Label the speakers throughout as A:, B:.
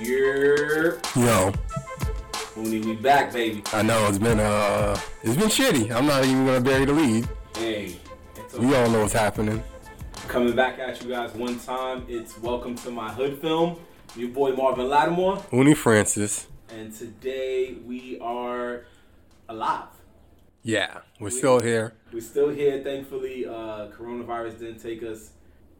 A: Year.
B: Yo,
A: Mooney, we back, baby.
B: I know it's been uh, it's been shitty. I'm not even gonna bury the lead.
A: Hey, it's
B: We all know what's happening.
A: coming back at you guys one time. It's Welcome to My Hood Film. Your boy Marvin Lattimore.
B: Uni Francis.
A: And today we are alive.
B: Yeah, we're still here.
A: We're still here, thankfully. Uh, coronavirus didn't take us.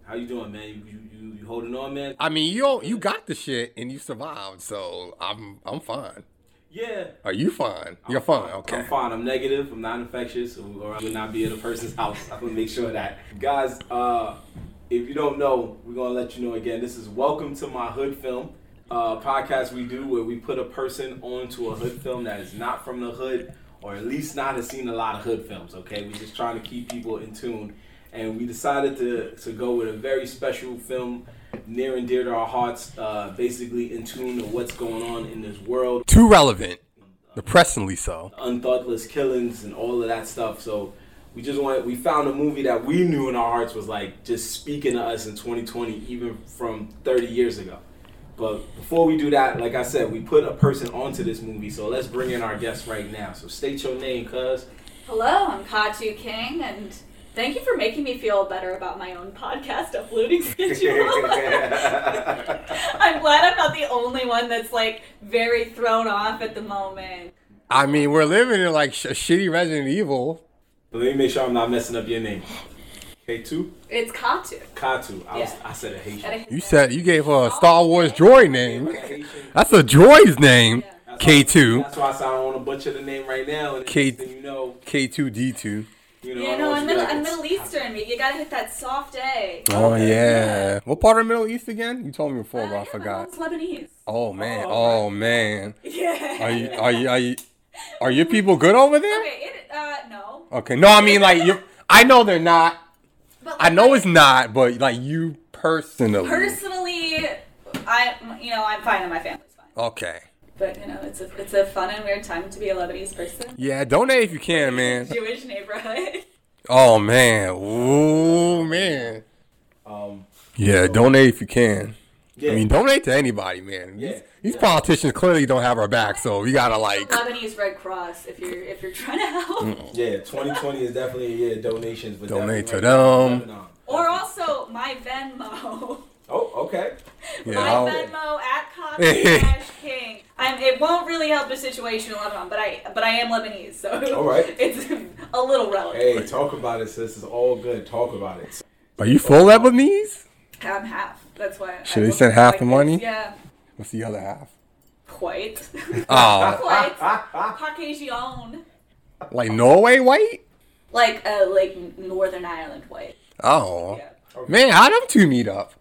A: How you doing, man? You, you, you, you holding on, man?
B: I mean, you all- you got the shit and you survived, so I'm I'm fine.
A: Yeah.
B: Are you fine? You're fine.
A: I'm
B: Okay.
A: fine. I'm negative. I'm not infectious, so or I will not be at a person's house. I'm gonna make sure of that, guys. Uh, if you don't know, we're gonna let you know again. This is Welcome to My Hood Film uh, podcast we do where we put a person onto a hood film that is not from the hood, or at least not has seen a lot of hood films. Okay, we're just trying to keep people in tune, and we decided to to go with a very special film. Near and dear to our hearts, uh, basically in tune to what's going on in this world
B: Too relevant, depressingly so.
A: unthoughthless killings and all of that stuff. So we just wanted we found a movie that we knew in our hearts was like just speaking to us in 2020, even from 30 years ago. But before we do that, like I said, we put a person onto this movie. So let's bring in our guest right now. So state your name, cuz.
C: Hello, I'm Katu King, and thank you for making me feel better about my own podcast uploading schedule. I'm glad I'm not the only one that's like very thrown off at the moment.
B: I mean, we're living in like sh- shitty Resident Evil.
A: Let me make sure I'm not messing up your name. K2?
C: It's Katu.
A: Katu. I, was,
C: Yeah.
A: I said a Haitian.
C: Gotta-
B: You said you gave her a Star Wars droid name.
A: Haitian.
B: That's a droid's name. K2,
A: That's why I said I don't want to butcher the name right now. And
B: K-
A: then you know,
B: K2D2.
A: you know, I
C: You
A: don't
C: know,
A: want you to
C: I'm Middle,
A: be like,
C: I'm Middle Eastern. You gotta hit that soft A.
B: Oh
A: Okay.
B: yeah. What part of the Middle East again? You told me before,
C: Uh,
B: but I forgot.
C: It's Lebanese.
B: Oh man.
A: Oh,
B: Oh man. Are
C: Yeah.
B: you are you are you, are your people good over there?
C: Okay. It, uh, no.
B: Okay. No, I mean like you. I know they're not.
C: But
B: I know
C: like,
B: it's not, but like you personally.
C: personally. I, you know, I'm fine and my family's fine.
B: Okay.
C: But you know, it's a it's a fun and weird time to be a Lebanese person.
B: Yeah. Donate if you can, man.
C: Jewish neighborhood.
B: Oh man. Ooh man.
A: Um,
B: Yeah. Donate if you can.
A: yeah.
B: I mean, donate to anybody, man.
A: Yeah.
B: These, these politicians clearly don't have our back, so we gotta like. Mm.
C: Lebanese Red Cross. If you're if you're trying to help,
A: Yeah, 2020 is definitely a year of donations. But
B: Donate
A: definitely
B: to
A: right
B: them.
A: now, Lebanon.
C: or also my Venmo.
A: Oh, okay.
B: You
C: my
B: know?
C: Venmo at Coffee King. I'm, it won't really help the situation in Lebanon, but I but I am Lebanese, so
A: All right.
C: it's a little relevant.
A: Hey, talk about it, sis. It's all good. Talk about it.
B: Are you full Lebanese?
C: I'm half. That's why. I
B: Should they
C: look
B: send half the
C: this.
B: money?
C: Yeah,
B: What's the other half?
C: quite.
B: Oh,
C: quite. Caucasian,
B: like Norway white?
C: like uh, like Northern Ireland white.
B: Oh.
C: Yeah.
B: Man, how them two meet up?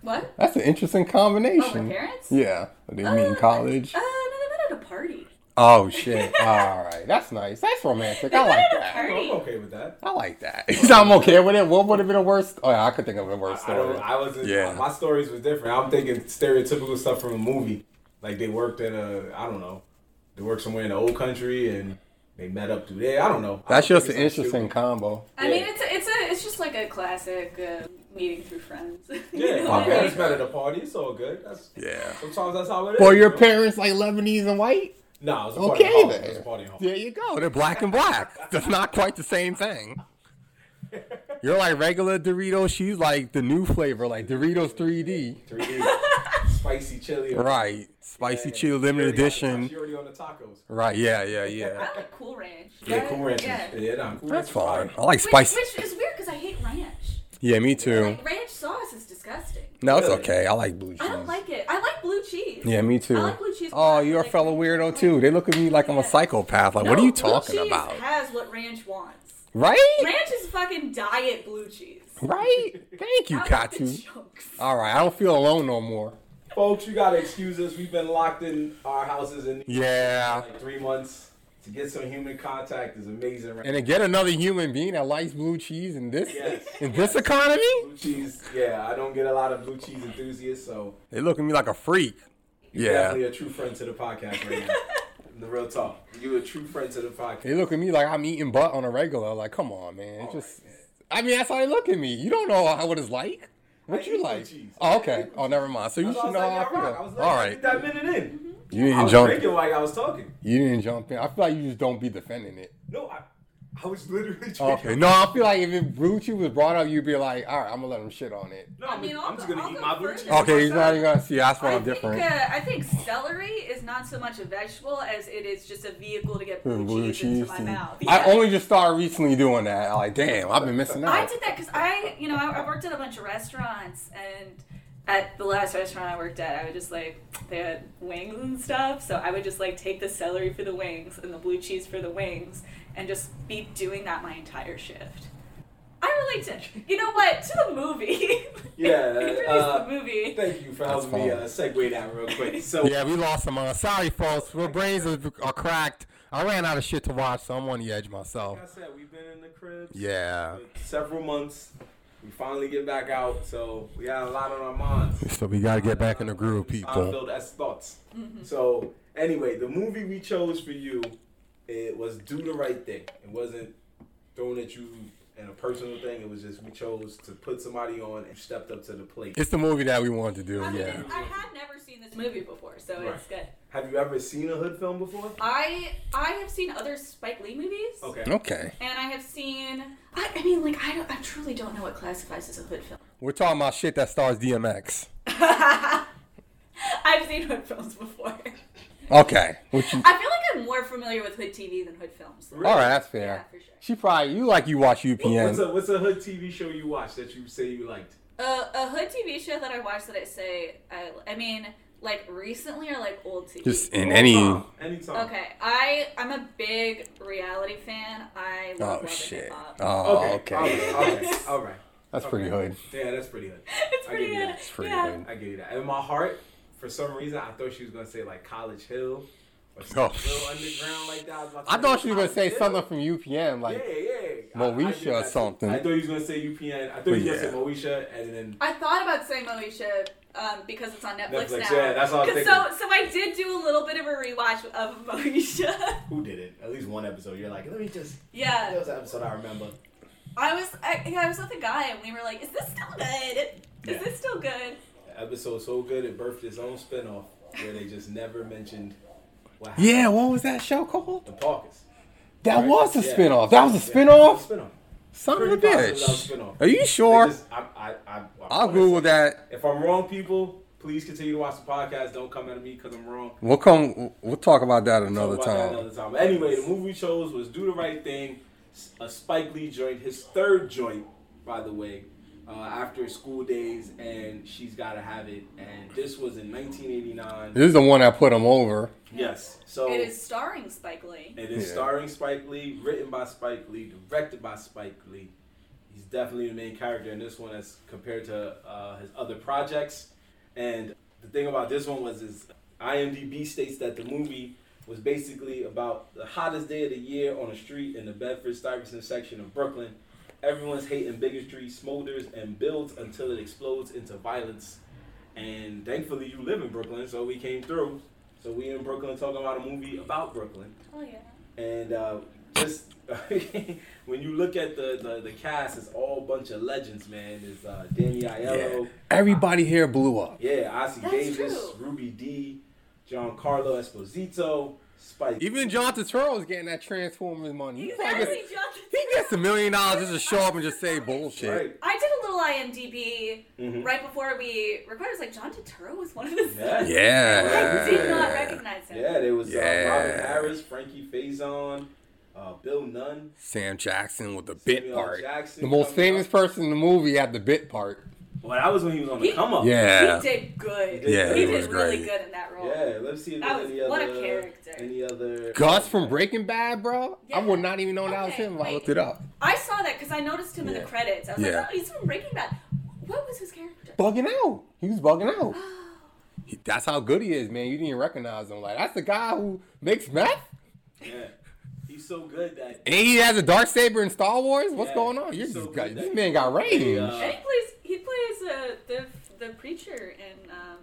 C: What?
B: That's an interesting
C: Oh, my
B: combination.
C: parents?
B: yeah, they meet in college.
C: Uh, no, they met at a party.
B: Oh shit! All right, that's nice. That's romantic. I like
C: They met at a
B: that.
A: I'm
C: party.
A: okay with that.
B: I like that. I'm okay with it. What would have been the worst? Oh, yeah, I could think of a worse
A: I don't.
B: story.
A: I wasn't.
B: Yeah.
A: My stories was different. I'm thinking stereotypical stuff from a movie. Like they worked at a. I don't know. They worked somewhere in the old country and they met up through there. I don't know.
B: That's
A: I don't
B: just an
A: think it's something
B: interesting combo.
C: I mean,
A: Yeah.
C: it's a, it's a, it's just like a classic uh, meeting through friends. You
A: stupid. Yeah,
C: know
A: my
C: what I
A: parents
C: mean?
A: met at a party. It's all good. That's,
B: Yeah.
A: Sometimes that's how it is.
B: Or your
A: you know?
B: parents like Lebanese and white?
A: No, it's a party.
B: Okay
A: hall. It was a
B: then.
A: party hall.
B: There you go. They're black and black. That's not quite the same thing. You're like regular Doritos. She's like the new flavor, like Doritos 3D.
A: 3D. spicy chili.
B: Right. Spicy
A: Yeah.
B: chili limited
A: She already on the-
B: edition.
A: She already on the tacos.
B: Right. Yeah. Yeah. Yeah.
C: I like Cool Ranch.
A: Yeah, cool ranch. Yeah,
C: Yeah.
A: nah, cool
B: That's
A: Ranch
B: fine.
A: is
B: I like
C: Which,
B: spicy.
C: which is weird because I hate ranch.
B: Yeah, me too.
C: Like, ranch sauce is disgusting.
B: No, it's
A: Really?
B: okay. I like blue cheese.
C: I don't like it. I like blue cheese.
B: Yeah, me too.
C: I like blue cheese.
B: Oh,
C: but I
B: you're a
C: like-
B: fellow weirdo too. They look at me like I'm a
C: Yeah.
B: psychopath. Like,
C: No,
B: what are you
C: blue
B: talking
C: cheese
B: about?
C: Has what ranch wants.
B: Right?
C: Ranch is fucking diet blue cheese.
B: Right? Thank you,
C: I like the
B: Katu.
C: jokes.
B: All right, I don't feel alone no more.
A: fine. Folks, you gotta excuse us. We've been locked in our houses in
B: Yeah.
A: like three months. To get some human contact is amazing. Right?
B: And to get another human being that likes blue cheese in this
A: Yes.
B: in this economy,
A: blue cheese. Yeah, I don't get a lot of blue cheese enthusiasts, so
B: they look at me like a freak.
A: you're definitely
B: Yeah.
A: a true friend to the podcast right now. the real talk. You're a true friend to the podcast.
B: They look at me like I'm eating
A: Oh,
B: butt on a regular. Like, come on, man. It just I mean, that's how they look at me. You don't know how what it's like. What
A: I
B: you
A: eat
B: like?
A: with cheese.
B: Oh, okay. Oh, never mind. So you
A: That's why I
B: should
A: was
B: know
A: like,
B: how I
A: y'all rock. I was
B: feel.
A: like,
B: All right.
A: That minute in.
B: You
A: I
B: didn't
A: was
B: jump.
A: drinking while I was talking.
B: You didn't jump in. I feel like you just don't be defending it.
A: No, I, I was literally drinking.
B: Okay. No, I feel like if it blue cheese was brought up, you'd be like, all right, I'm gonna let him shit on it.
A: No,
C: I
A: I'm,
C: mean,
A: I'm
C: I'll
A: just
C: go-
A: gonna
C: I'll
A: eat
C: go
A: my blue cheese.
C: further.
B: Okay, he's not even gonna see. That's why
C: I
B: I'm
C: think, uh,
B: different.
C: I think celery is not so much a vegetable as it is just a vehicle to get blue,
B: Blue
C: cheese,
B: cheese.
C: into my
B: thing.
C: mouth.
B: I
C: Yeah.
B: only just started recently doing that. Like, damn, I've been missing
C: I
B: out.
C: did that because I, you know, I, I worked at a bunch of restaurants, and at the last restaurant I worked at, I would just like they had wings and stuff, so I would just like take the celery for the wings and the blue cheese for the wings, and just be doing that my entire shift. I relate to, you know what, to the movie.
A: Yeah,
C: it really
A: uh,
C: is the movie.
A: Thank you for
B: That's
A: helping me uh,
B: fine.
A: segue that real quick. So
B: Yeah, we lost some. Uh, sorry, folks. Our brains are, are cracked. I ran out of shit to watch, so I'm on the edge myself.
A: like I said, we've been in the crib
B: Yeah.
A: several months. We finally get back out, so we got a lot on our minds.
B: So we gotta get back in the groove, people.
A: Seinfeld as thoughts.
C: Mm-hmm.
A: So anyway, the movie we chose for you it was do the right thing. It wasn't thrown at you in a personal thing. It was just we chose to put somebody on and stepped up to the plate.
B: It's the movie that we wanted to do.
C: I, mean,
B: Yeah.
C: I had never seen this movie before, so it's
A: Right.
C: good.
A: Have you ever seen a hood film before?
C: I I have seen other Spike Lee movies.
A: Okay.
B: Okay.
C: And I have seen. I, I mean, like I, don't, I truly don't know what classifies as a hood film.
B: We're talking about shit that stars DMX.
C: I've seen hood films before.
B: Okay. What you-
C: I feel like I'm more familiar with hood TV than hood films.
B: all right, that's
C: Yeah,
B: fair.
C: for sure.
B: She probably you like you watch
A: What's
B: UPN.
A: a what's a hood TV show you watch that you say you liked?
C: Uh, a hood TV show that I watched that I say I, I mean, like recently or like old TV.
B: Just in any. oh,
A: Anytime. Anytime.
C: okay, I I'm a big reality fan. I love
B: Oh
C: Love and
B: shit.
C: Hip Hop.
B: Oh
A: Okay. All right. All
B: okay.
A: right. All right.
B: That's pretty hood.
A: Yeah, that's pretty hood.
C: It's
A: I
C: pretty
A: give you
C: good.
A: that.
B: It's pretty
C: yeah.
B: hood.
A: I give you that. In my heart, for some reason, I thought she was gonna say like College Hill or
B: Oh.
A: something real underground like that. was about to
B: I thought she was gonna say
A: College Hill.
B: something from UPN, like
A: yeah, yeah.
B: Moesha
A: did
B: or
A: that too.
B: something.
A: I thought he was gonna say UPN. I thought he was
B: Yeah.
A: gonna say Moesha, and then
C: I thought about saying Moesha um, because it's on Netflix,
A: Netflix,
C: now.
A: yeah, that's what I was
C: 'Cause So, so I did do a little bit of a rewatch of Moesha.
A: who did it? At least one episode. You're like, let me just. That
C: yeah,
A: was an episode I remember.
C: I was I, yeah, I was with a guy and we were like, "Is this still good? Is
A: Yeah.
C: this still good?"
A: The episode so good it birthed its own spinoff where they just never mentioned. What happened.
B: Yeah, what was that show called?
A: The Parkers.
B: That
A: Right?
B: was a
A: Yeah.
B: spinoff. That was a
A: Yeah,
B: spinoff?
A: Spinoff.
B: Son of a
A: Pretty positive that was a
B: bitch.
A: spinoff.
B: Are you
A: They
B: sure?
A: just- I, I, I, I
B: I'll
A: wanna
B: Google
A: say-
B: that.
A: If I'm wrong, people, please continue to watch the podcast. Don't come at me because I'm wrong.
B: We'll come we'll talk about that
A: Talk
B: another
A: about that
B: time.
A: Another time. But anyway, the movie we chose was Do the Right Thing, s- a Spike Lee joint, his third joint, by the way, uh, after school days, and she's got to have it. And this was in 1989.
B: This is the one that put him over.
A: Yes. So
C: It is starring Spike Lee.
A: It is
B: Yeah.
A: starring Spike Lee, written by Spike Lee, directed by Spike Lee. He's definitely the main character in this one as compared to uh, his other projects. And the thing about this one was is IMDb states that the movie was basically about the hottest day of the year on a street in the Bedford-Stuyvesant section of Brooklyn. Everyone's hate and bigotry smolders and builds until it explodes into violence. And thankfully, you live in Brooklyn, so we came through. So we in Brooklyn talking about a movie about Brooklyn.
C: Oh yeah.
A: And uh, just when you look at the, the, the cast, it's all a bunch of legends, man. There's uh, Danny Aiello,
B: Everybody here blew up.
A: yeah, Ossie
C: That's
A: Davis,
C: true.
A: Ruby D, Giancarlo Esposito, Spike.
B: Even John Turturro is getting that Transformers money. He's like,
C: Exactly,
B: he
C: Jonathan.
B: gets a million dollars just to show up and just say bullshit.
A: right?
C: I did a little IMDb
A: Mhm.
C: right before we recorded. I was like, John Turturro was one of the.
A: Yeah.
C: I did not
B: Yeah.
C: recognize him.
A: Yeah, there was uh, Robin
B: Yeah.
A: Harris, Frankie Faison, uh, Bill Nunn,
B: Sam Jackson with the bit
A: Samuel
B: part.
A: Jackson
B: The most
A: coming
B: famous
A: up.
B: person in the movie had the bit part.
A: Well, that was when he was on the
C: He-
A: come up.
B: Yeah.
C: He did good.
A: Yeah,
C: he,
A: he
C: did
A: was
C: really
B: great.
C: good in that role.
A: Yeah, let's see if
C: That
A: there's
C: was-
A: any
C: what a
A: other
C: character.
A: any other
B: Gus from Breaking Bad, bro. I would not even know that was
C: Okay,
B: him if I
C: wait.
B: looked it up.
C: I saw that because I noticed him in
B: Yeah.
C: the credits. I was
B: Yeah.
C: like, oh, he's from Breaking Bad. What was his character?
B: Bugging out. He was bugging out. He- That's how good he is, man. You didn't recognize him. Like that's the guy who makes meth,
A: Yeah. He's so good that
B: and he has a dark saber in Star Wars. What's
A: Yeah,
B: going on? You're
A: he's so
B: just got,
A: good
B: this
A: that-
B: man got range.
A: Yeah.
C: And he plays he plays uh, the the preacher in um,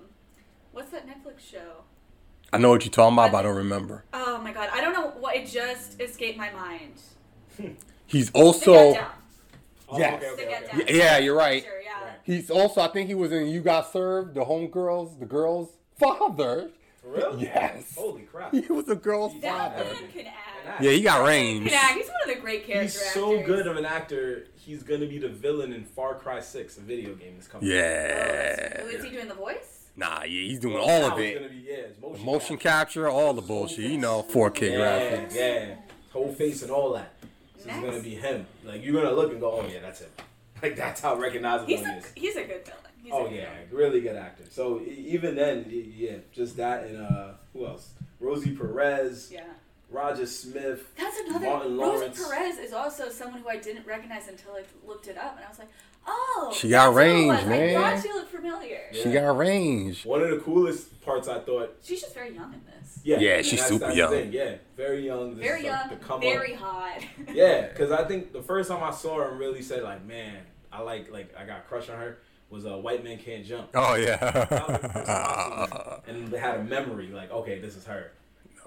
C: what's that Netflix show?
B: I know what you're talking about, but I don't remember.
C: Oh my god, I don't know what it just escaped my mind.
B: He's
C: Stick That
B: also
C: Down.
A: Oh, okay,
B: Yes.
A: okay,
C: Stick That
A: okay.
C: Down.
B: Yeah, you're right.
C: Preacher, yeah.
A: Right.
B: He's also, I think he was in You Got Served, the homegirls, the girls' father.
A: Really?
B: Yes.
A: Holy crap.
B: He was a girl's
C: That
B: father.
C: man can act.
B: Yeah, he got
C: He
B: range.
C: can act. He's one of the great characters.
A: He's so good of an actor. He's gonna be the villain in Far Cry Six, a video game that's coming.
B: Yeah.
C: Oh, Is he doing the voice?
B: Nah, yeah, he's doing all
A: Now
B: of
A: it's
B: it.
A: Gonna be, yeah, it's motion,
B: Motion capture, all the bullshit. You know, 4K
A: Yeah,
B: graphics.
A: yeah. Whole face and all that. So
C: Nice.
A: it's gonna be him. Like you're gonna look and go, oh yeah, that's him. Like that's how recognizable
C: He's
A: he
C: a
A: is.
C: he's a good villain. He's a
A: Oh
C: good
A: yeah,
C: villain.
A: really good actor. So e- even then, y- yeah, just that and uh, who else? Rosie Perez,
C: Yeah.
A: Roger Smith.
C: That's another.
A: Martin
C: Rosa
A: Lawrence.
C: Perez is also someone who I didn't recognize until I looked it up, and I was like, oh.
B: She got
C: that's who it
B: range,
C: was. I
B: man.
C: thought she looked familiar.
B: She got range.
A: One of the coolest parts I thought.
C: She's just very young in this.
A: Yeah,
B: Yeah, she's
A: that's-
B: super
A: that's the
B: young.
A: thing, Yeah, very young. This
C: Very
A: is like
C: young,
A: the come
C: very
A: Up.
C: hot.
A: Yeah, because I think the first time I saw her and really said like, man, I like like I got a crush on her was uh, White Man Can't Jump.
B: Oh,
A: That was the first time I seen
B: yeah.
A: her. and they had a memory like, okay, this is her.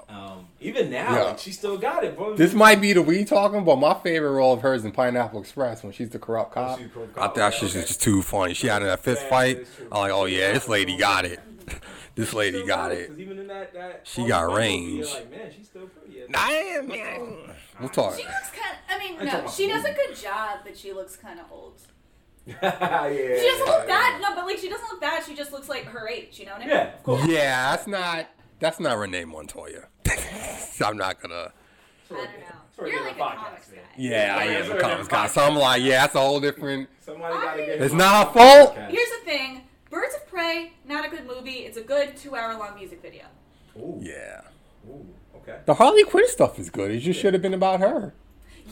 A: Um, even now,
B: Yeah.
A: like, she still got it, bro.
B: This might be the we talking, but my favorite role of hers in Pineapple Express when she's the corrupt cop.
A: She-
B: I thought that shit was just too funny. She had in that fist
A: Yeah,
B: fight.
A: it's true.
B: I'm like, oh yeah, this lady got it. This lady
A: still
B: got it.
A: 'cause even in that, that
B: She
A: all
B: got
A: the time,
B: range.
A: you're Like, man, she's still pretty. Yeah.
B: Nah, man. We'll talk.
C: she looks kind. of, I mean,
A: I'm talking
C: no,
A: about
C: she does a
A: old.
C: good job, but she looks kind of old.
A: yeah.
C: She doesn't look bad. No, but like she doesn't look bad. She just looks like her age. You know what I mean?
A: Yeah, of course.
B: Yeah, that's not that's not Renee Montoya. I'm not gonna.
C: I don't know. You're like a comics guy.
B: Yeah, I am a comics guy. So I'm like, yeah, that's a whole different.
A: Somebody gotta get.
B: It's
A: her
B: not
A: on
B: our fault.
A: podcast.
C: Here's the thing: Birds of Prey, not a good movie. It's a good two-hour-long music video.
A: Ooh,
B: Yeah,
A: Ooh, okay.
B: the Harley Quinn stuff is good. It just should have been about her.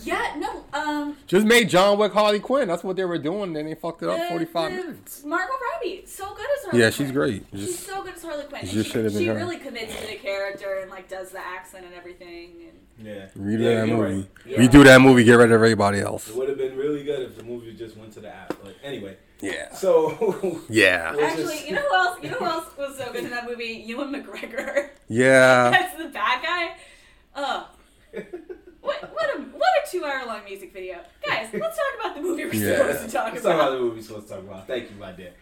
C: Yeah, no, um,
B: Just made John Wick Harley Quinn. That's what they were doing. Then they fucked it
C: the-
B: up 45
C: the-
B: minutes.
C: Margot Robbie, so good as Harley.
B: Yeah, she's
C: Quinn.
B: great.
C: She's
B: Just
C: so good as Harley Quinn.
B: it
C: and
B: just
C: she
B: should've been
C: she
B: her.
C: really commits to the character and like does the accent and everything. And
A: Yeah.
B: redo
A: yeah,
B: that
A: you're
B: movie.
A: right. You're
B: Redo that movie. Get rid of everybody else.
A: It would have been really good if the movie just went to the app. But anyway,
B: Yeah.
A: so
B: Yeah.
A: It's
C: actually,
A: just-
C: you know who else? You know who else was so good in that movie? Ewan McGregor
B: Yeah.
C: as the bad guy. Oh, what what a what a two-hour-long music video, guys. Let's talk about the movie we're
B: Yeah.
C: supposed to talk
A: let's talk about
C: about.
A: the movie we're supposed to talk about. Thank you, my dear.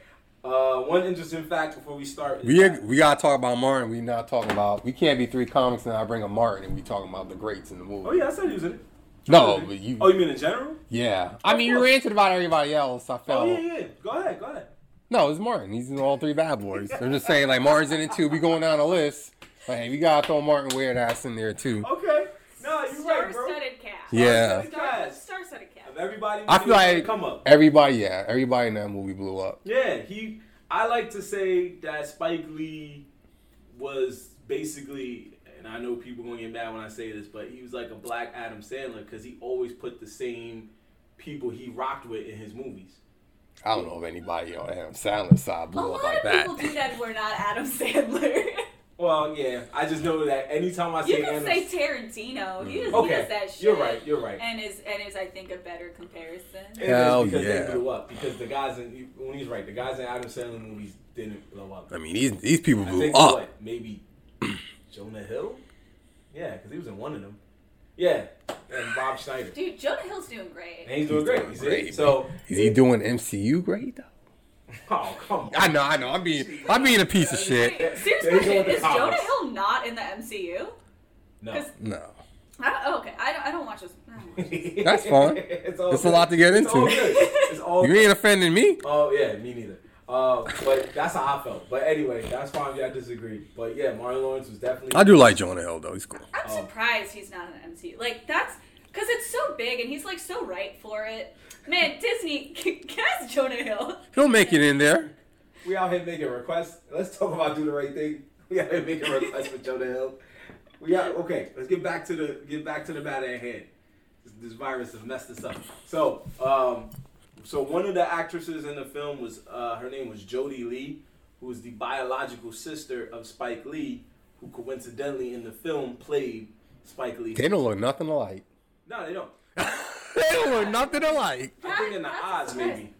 A: Uh, one interesting fact before we start. is
B: We,
A: that-
B: we gotta talk about Martin. We not talking about. We can't be three comics and I bring a Martin and we talking about the greats in the movie.
A: Oh yeah, I said he was in it.
B: No, but you.
A: Oh, you mean in general?
B: Yeah, I mean you ranted about everybody else. I felt
A: Oh yeah, yeah. Go ahead, go ahead.
B: no, it's Martin. He's in all three bad boys. I'm just saying, like Martin's in it too. We going down the list. Like hey, we gotta throw Martin Weird ass in there too.
A: Okay. No, you're right, bro.
C: Oh, Star-studded cast.
B: Yeah.
C: Star- Star-studded cast.
A: Of everybody,
B: I feel like
A: come up.
B: everybody, yeah, everybody in that movie blew up.
A: Yeah, he. I like to say that Spike Lee was basically, and I know people gonna get mad when I say this, but he was like a black Adam Sandler because he always put the same people he rocked with in his movies.
B: I don't know if anybody on Adam Sandler's side
C: A
B: blew
C: lot
B: up like
C: of people do
B: that.
C: that who are not Adam Sandler.
A: Well, yeah, I just know that anytime I
C: you
A: say
C: can
A: Adam,
C: say Tarantino. He does, he
A: okay,
C: does that shit.
A: you're right, you're right.
C: And is and is I think a better comparison.
A: It is
B: Hell
A: because
B: yeah.
A: they blew up because the guys in when he's right, the guys in Adam Sandler movies didn't blow up.
B: I mean, these these people
A: I
B: blew
A: think
B: up.
A: what maybe Jonah Hill? Yeah, because he was in one of them. Yeah, and Bob Schneider.
C: Dude, Jonah Hill's doing
A: And
C: great.
A: he's doing great.
B: doing
A: you see?
B: great,
A: So,
B: Is he doing MCU great though?
A: oh come on.
B: I know, I know. I'm being, I'm being a piece of shit.
C: Wait, serious
A: There you go
C: question:
A: with the
C: Is Jonah
A: comments.
C: Hill not in the MCU?
A: No,
C: 'Cause-
B: No.
C: I don't, oh, okay, I don't. I don't watch this. I don't watch this.
B: That's fine.
A: it's all
B: It's a lot to get
A: It's all
B: into.
A: good. It's all
B: You
A: good.
B: ain't offending me.
A: Oh yeah, me neither. Uh, but that's how I felt. But anyway, that's fine if y'all disagree. But yeah, Martin Lawrence was definitely.
B: I do like Jonah Hill though. He's cool.
C: I'm
A: Oh.
C: surprised he's not in the MCU. Like that's because it's so big and he's like so right for it. Man, Disney cast Jonah Hill.
B: He'll make it in there.
A: We out here making requests. Let's talk about do the right thing. We out here making requests for Jonah Hill. We out. Okay, let's get back to the get back to the matter at hand. This, this virus has messed us up. So, um, so one of the actresses in the film was uh, her name was Jodie Lee, who was the biological sister of Spike Lee, who coincidentally in the film played Spike Lee.
B: They don't look nothing alike.
A: No, they don't.
B: They don't look nothing alike.
A: I think in the
C: That's
A: Oz
C: surprising.
A: maybe.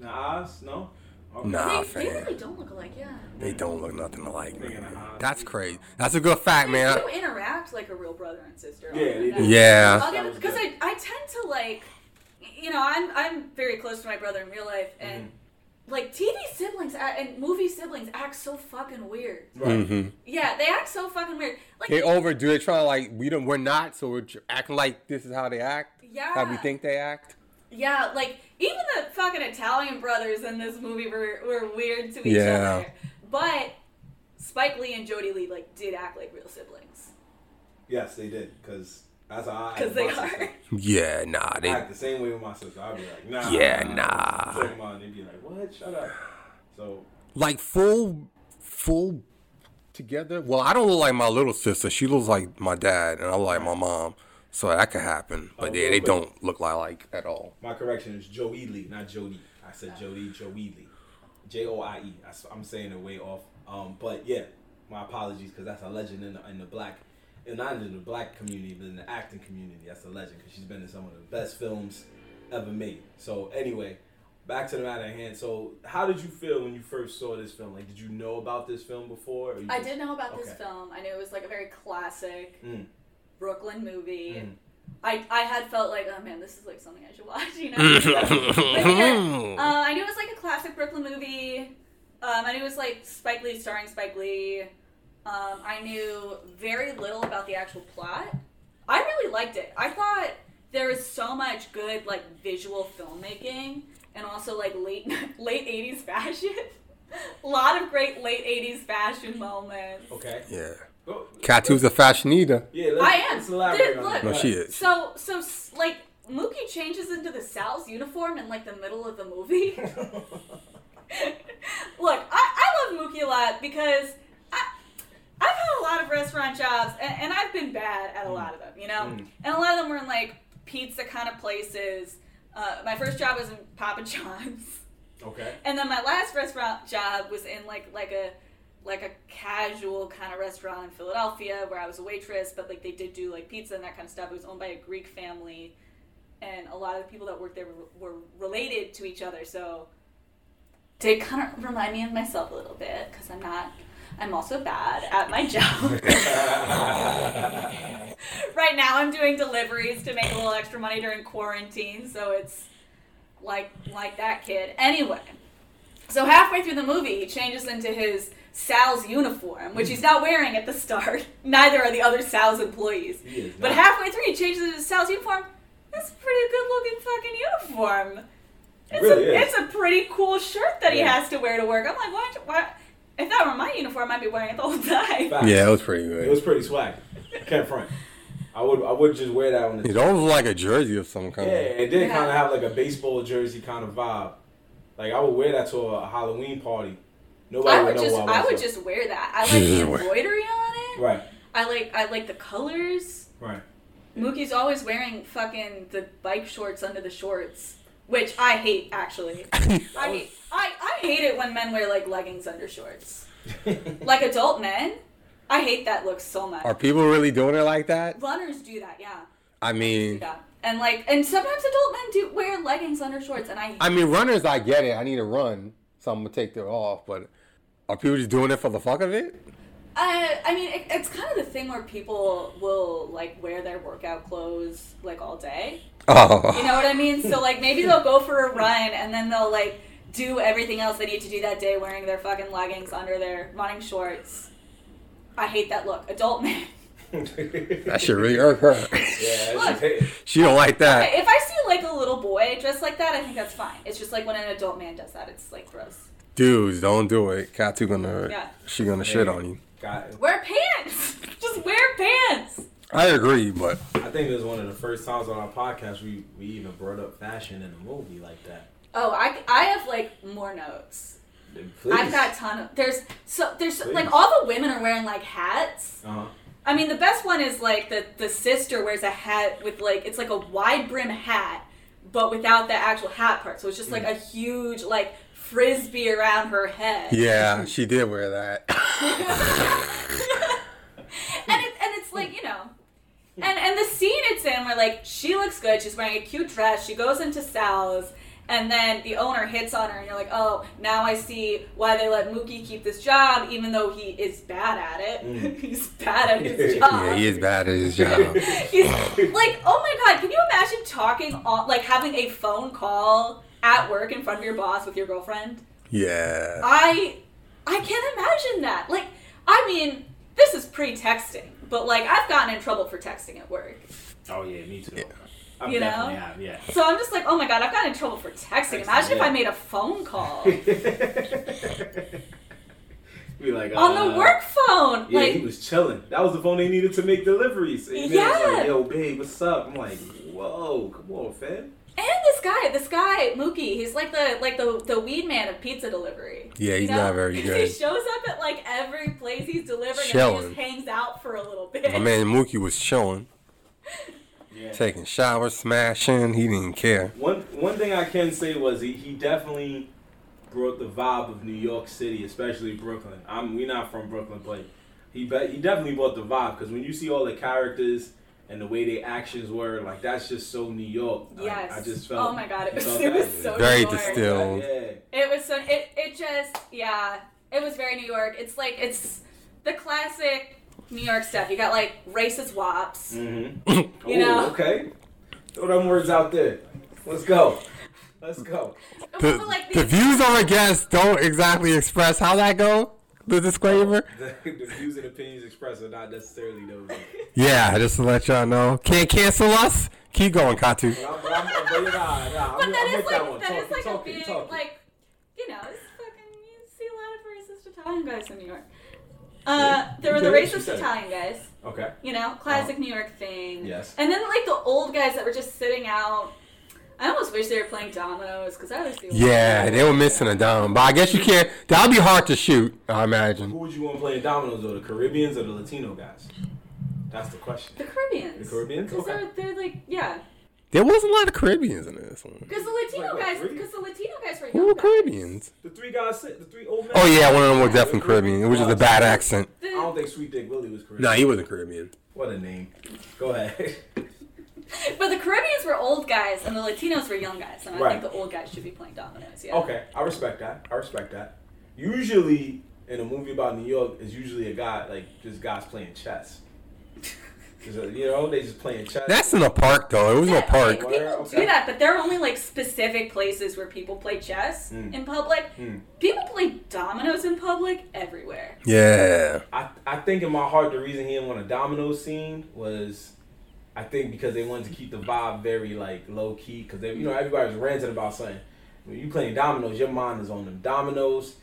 A: The Oz, no. Okay.
B: Nah. Ah,
C: they, they
B: fair.
C: really don't look alike. Yeah,
B: They don't look nothing alike, man. That's crazy. That's a good fact,
C: they
B: man.
C: do interact like a real brother and sister.
A: Yeah, they do.
B: Yeah.
A: That was
C: Because I I tend to like. you know, I'm I'm very close to my brother in real life, and like TV siblings act, and movie siblings act so fucking weird.
A: Right.
B: Mhm.
C: Yeah, they act so fucking weird. Like
B: They overdo it, trying to like we don't, we're not, so we're tr- acting like this is how they act,
C: yeah,
B: how we think they act.
C: Yeah, like even the fucking Italian brothers in this movie were were weird to each
B: Yeah.
C: other. But Spike Lee and Jodie Lee like did act like real siblings
A: Yes, they did. Because that's how I. act
C: because they
A: with my sister.
C: are.
B: Yeah, nah,
A: I
B: they.
A: act the same way with my sister. I'd be like, nah.
B: Yeah,
A: nah.
B: nah.
A: Take mine. They'd be like, what? Shut up. So
B: like full full together. Well, I don't look like my little sister. She looks like my dad, and I look like my mom. So that could happen. But
A: Oh,
B: yeah, they
A: okay.
B: don't look like like at all.
A: my correction is Joey Lee, not Jody. I said
C: Oh.
A: Jody, Joey Lee. J O I E. I s- I'm saying it way off. Um, but yeah, my apologies because that's a legend in the, in the black, and not in the black community, but in the acting community. That's a legend because she's been in some of the best films ever made. So anyway, back to the matter at hand. So how did you feel when you first saw this film? Like, did you know about this film before? Or you
C: I
A: just-
C: did know about this
A: Okay.
C: film. I knew it was like a very classic
A: Mm.
C: Brooklyn movie.
A: Mm.
C: I I had felt like oh man, this is like something I should watch. You know. uh,
B: Mhm.
C: I knew it was like a classic Brooklyn movie. Um, I knew it was like Spike Lee starring Spike Lee. Um, I knew very little about the actual plot. I really liked it. I thought there was so much good like visual filmmaking and also like late late eighties fashion. a lot of great late eighties fashion moments.
A: Okay.
B: yeah,
A: Go-
B: Catu's a fashionita.
A: Yeah, let's,
C: I am.
A: let's elaborate
C: Dude,
A: on
C: look.
A: that.
B: No, she
A: Right.
B: is.
C: So so s- like Mookie changes into the Sal's uniform in like the middle of the movie. Look, I, I love Mookie a lot because I, I've had a lot of restaurant jobs and, and I've been bad at a lot of them, you know?
A: Mm.
C: And a lot of them were in like pizza kind of places. Uh, my first job was in Papa John's.
A: okay.
C: And then my last restaurant job was in like like a like a casual kind of restaurant in Philadelphia where I was a waitress, but like they did do like pizza and that kind of stuff. It was owned by a Greek family, and a lot of the people that worked there were, were related to each other. So did kind of remind me of myself a little bit because I'm not. I'm also bad at my job. right now, I'm doing deliveries to make a little extra money during quarantine, so it's like like that kid. Anyway, so halfway through the movie, he changes into his Sal's uniform, which he's not wearing at the start. Neither are the other Sal's employees.
A: He is
C: But
A: not.
C: halfway through, he changes into his Sal's uniform. That's a pretty good looking fucking uniform. It's,
A: really
C: a,
A: is.
C: it's a pretty cool shirt that he
A: Yeah.
C: has to wear to work. I'm like, why? don't you- why? If that were my uniform, I'd be wearing it the whole time.
A: Facts.
B: Yeah, it was pretty
A: It was
B: good.
A: pretty swag. Can't front. I would I would just wear that on the
B: It almost looked like a jersey of some
A: Yeah,
B: kind.
A: it did
C: Yeah.
A: kind of have like a baseball jersey kind of vibe. Like I would wear that to a Halloween party. Nobody
C: I
A: would
C: would
A: know
C: just,
A: who I was.
C: I would
A: though.
C: just wear that. I like the
B: Just wear-
C: embroidery on it.
A: right,
C: I like, I like the colors.
A: right.
C: Mookie's always wearing fucking the bike shorts under the shorts, which I hate actually. I, hate- I I hate it when men wear like leggings under shorts. Like adult men, I hate that look so much.
B: Are people really doing it like that?
C: Runners do that, yeah,
B: I mean,
C: yeah, and like and sometimes adult men do wear leggings under shorts, and I
B: I mean, runners, I get it. I need to run, so I'm gonna take that off. But are people just doing it for the fuck of it?
C: I, I mean it, it's kind of the thing where people will like wear their workout clothes like all day.
B: Oh,
C: You know what I mean? So like maybe they'll go for a run and then they'll like do everything else they need to do that day wearing their fucking leggings under their running shorts. I hate that look. Adult man.
B: that should really irk her.
A: yeah, it's
C: Look.
A: just, hey,
B: she don't like
A: Uh,
B: that.
C: If I see like a little boy dressed like that, I think that's fine. It's just like when an adult man does that, it's like gross.
B: Dudes, don't do it. Katu gonna
C: Yeah.
B: she gonna shit on you.
A: God,
C: Wear pants. Just wear pants.
B: I agree, but
A: I think this is one of the first times on our podcast we, we even brought up fashion in a movie like that.
C: Oh, I, I have like more notes.
A: Please.
C: I've got a ton of there's so there's
A: Please.
C: like all the women are wearing like hats.
A: Uh-huh.
C: I mean, the best one is like the the sister wears a hat with like it's like a wide brim hat, but without the actual hat part. So it's just like
B: Mm.
C: a huge like frisbee around her head.
B: yeah, she did wear that.
C: and it, and it's like you know, and and the scene it's in where like she looks good. She's wearing a cute dress. She goes into Sal's. and then the owner hits on her, and you're like, oh, now I see why they let Mookie keep this job, even though he is bad at it.
A: Mm.
C: He's bad at his job.
B: Yeah, he is bad at his
A: Uh-huh.
B: job.
C: He's like, oh my god, can you imagine talking on, like having a phone call at work in front of your boss with your girlfriend?
B: Yeah.
C: I, I can't imagine that. Like, I mean, this is pre-texting, but like I've gotten in trouble for texting at work.
A: Oh yeah, me too. I'm
C: You know?
A: definitely have, yeah.
C: So I'm just like, oh my god, I've gotten in trouble for texting. Imagine if I
A: Yeah.
C: made a phone call
A: Be like
C: on
A: uh,
C: the work phone.
A: Yeah,
C: like,
A: he was chilling. That was the phone they needed to make deliveries. And yeah. Was
C: Yeah.
A: like, Yo, babe, what's up? I'm like, whoa, come on, fam.
C: and this guy, this guy Mookie, he's like the like the the weed man of pizza delivery.
B: Yeah, he's
C: You know?
B: not very
C: he
B: good.
C: shows up at like every place he's delivering
B: Chilling.
C: and he just hangs out for a little bit.
B: My man Mookie was showing,
A: Yeah.
B: taking showers, smashing. He didn't care.
A: One one thing I can say was he, he definitely brought the vibe of New York City, especially Brooklyn. I'm we not from Brooklyn, but he be, he definitely brought the vibe because when you see all the characters and the way their actions were, like that's just so New York. Like,
C: Yes.
A: I just felt.
C: Oh my god, it was
A: felt
C: it was
A: that.
C: so
B: Very
C: New York.
B: distilled. Still.
A: Yeah.
C: It was so it it just yeah, it was very New York. It's like it's the classic New York stuff. You got like racist wops.
B: Mm.
A: Mm-hmm.
B: You
A: Ooh,
C: know?
A: Okay. Throw them words out there. Let's go. Let's go.
C: But,
B: The,
C: like,
B: the
C: these-
B: views on our guests don't exactly express how that go. The disclaimer.
A: The, the views and opinions expressed are not necessarily those. But
B: Yeah, just to let y'all know, can't cancel us. Keep going, Katu.
A: I'm, but I'm, but nah, nah,
C: But
A: I'm,
C: that
A: I'm
C: is
A: with that one.
C: like that
A: Talk
C: is
A: it,
C: like
A: talk
C: a
A: it,
C: big
A: talk it.
C: like you know, it's fucking you see a lot of racist Italian guys in New York. Uh, there were the
A: Okay, she
C: racist
A: said it.
C: Italian guys.
A: Okay.
C: You know, classic New York thing.
A: Oh. Yes.
C: And then like the old guys that were just sitting out. I almost wish they were playing dominoes because I always do.
B: Yeah, they were missing a dime, but I guess you can't. That'll be hard to shoot. I
A: Who
B: imagine.
A: would you want to play in dominoes though? The Caribbeans or the Latino guys? That's the question.
C: The Caribbeans.
A: The Caribbeans?
C: Because
A: Okay.
C: they're, they're like yeah.
B: There was a lot of Caribbeans in this one.
C: Because the Latino
A: Wait, what,
C: guys.
A: really?
C: Because the Latino guys were.
B: Who
C: young
B: were
C: guys.
B: Caribbeans?
A: The three guys, sit- the three old men.
B: Oh yeah, one of them was definitely Caribbean. It was just a bad accent.
A: I don't
C: The,
A: think Sweet Dick Willie was Caribbean.
B: Nah, he wasn't Caribbean.
A: What a name. Go ahead.
C: but the Caribbeans were old guys and the Latinos were young guys, and I
A: Right.
C: think the old guys should be playing dominoes. Yeah.
A: Okay, I respect that. I respect that. Usually, in a movie about New York, is usually a guy like just guys playing chess. Just, uh, you know, they just playing chess.
B: That's in a park though. It was in a
C: Yeah, like,
B: park.
C: people
A: Okay.
C: do that, but there are only like specific places where people play chess
A: Mm.
C: in public.
A: Mm.
C: People play dominoes in public everywhere.
B: Yeah.
A: I, I think in my heart the reason he didn't want a domino scene was I think because they wanted to keep the vibe very like low key because you know everybody was ranting about something. When you playing dominoes, your mind is on them dominoes,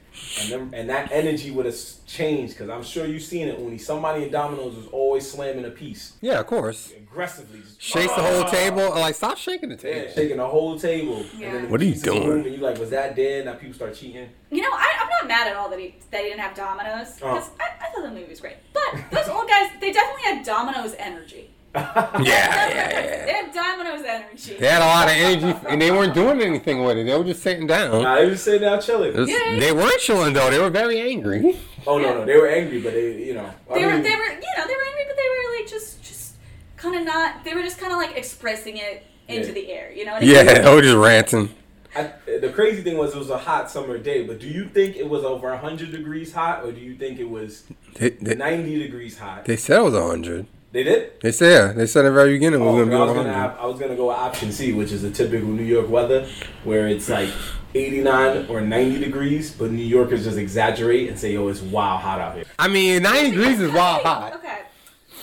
A: and them, and that energy would have s- changed because I'm sure you've seen it when somebody in dominoes was always slamming a piece
B: Yeah, of course.
A: aggressively, just
B: Shakes the whole table. Like, stop shaking the
A: Yeah,
B: table.
A: shaking the whole table. And then the
B: What are you
A: pieces move,
B: doing?
A: And you like, was that dead? Now people start cheating.
C: You know, I, I'm not mad at all that he that he didn't have dominoes because
A: Oh.
C: I, I thought the movie was great. But those old guys, they definitely had dominoes energy.
B: Yeah, yeah,
C: They
B: yeah.
C: had dominoes energy.
B: They had a lot of energy, and they weren't doing anything with it. They were just sitting down.
A: Nah, they were sitting down chilling.
B: It was- they weren't chilling though. They were very angry.
A: Oh no, no, they were angry, but they, you know, I
C: They were,
A: mean,
C: they were, you know, they were angry, but they were like just, just kind of not. They were just kind of like expressing it into
A: Yeah.
C: the air. You know what I mean?
B: Yeah, they were just ranting.
A: I, the crazy thing was it was a hot summer day, but do you think it was over 100 degrees hot or do you think it was
B: They, they,
A: 90 degrees hot?
B: they said it was hundred.
A: They did?
B: They said yeah, they said at the very beginning it was
A: Oh,
B: gonna be
A: I was
B: one
A: gonna have,
B: hundred.
A: I was gonna go with option C, which is the typical New York weather, where it's like 89 or 90 degrees, but New Yorkers just exaggerate and say, "Yo, it's wild hot out here."
B: I mean, ninety degrees is wild
C: Okay,
B: hot.
C: Okay.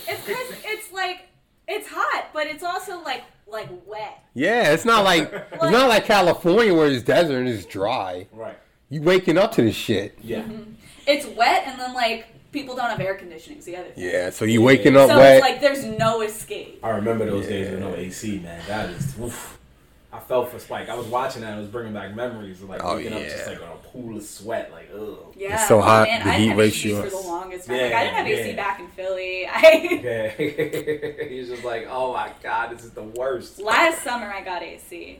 C: It's because it's like it's hot, but it's also like like wet.
B: Yeah, it's not like it's not like California where it's desert and it's dry.
A: Right?
B: You waking up to this shit.
A: Yeah.
C: Mm-hmm. It's wet, and then like people don't have air conditioning. Is the other thing.
B: Yeah, so you waking
C: So
B: up
C: it's
B: wet.
C: like there's no escape.
A: I remember those days with no AC, man. That is, oof. I felt for Spike. I was watching that. and It was bringing back memories of like
B: Oh,
A: waking up just
B: yeah.
A: like on a pool of sweat, like ugh.
C: Yeah.
B: It's so
C: oh,
B: hot,
C: Man,
B: the
C: I
B: heat
C: had
B: wakes
C: AC
B: you
C: for
B: up.
C: the longest time. like,
A: Yeah,
C: I didn't have AC
A: yeah.
C: back in Philly. I
A: Yeah, he's just like, oh my god, this is the worst.
C: last summer I got AC.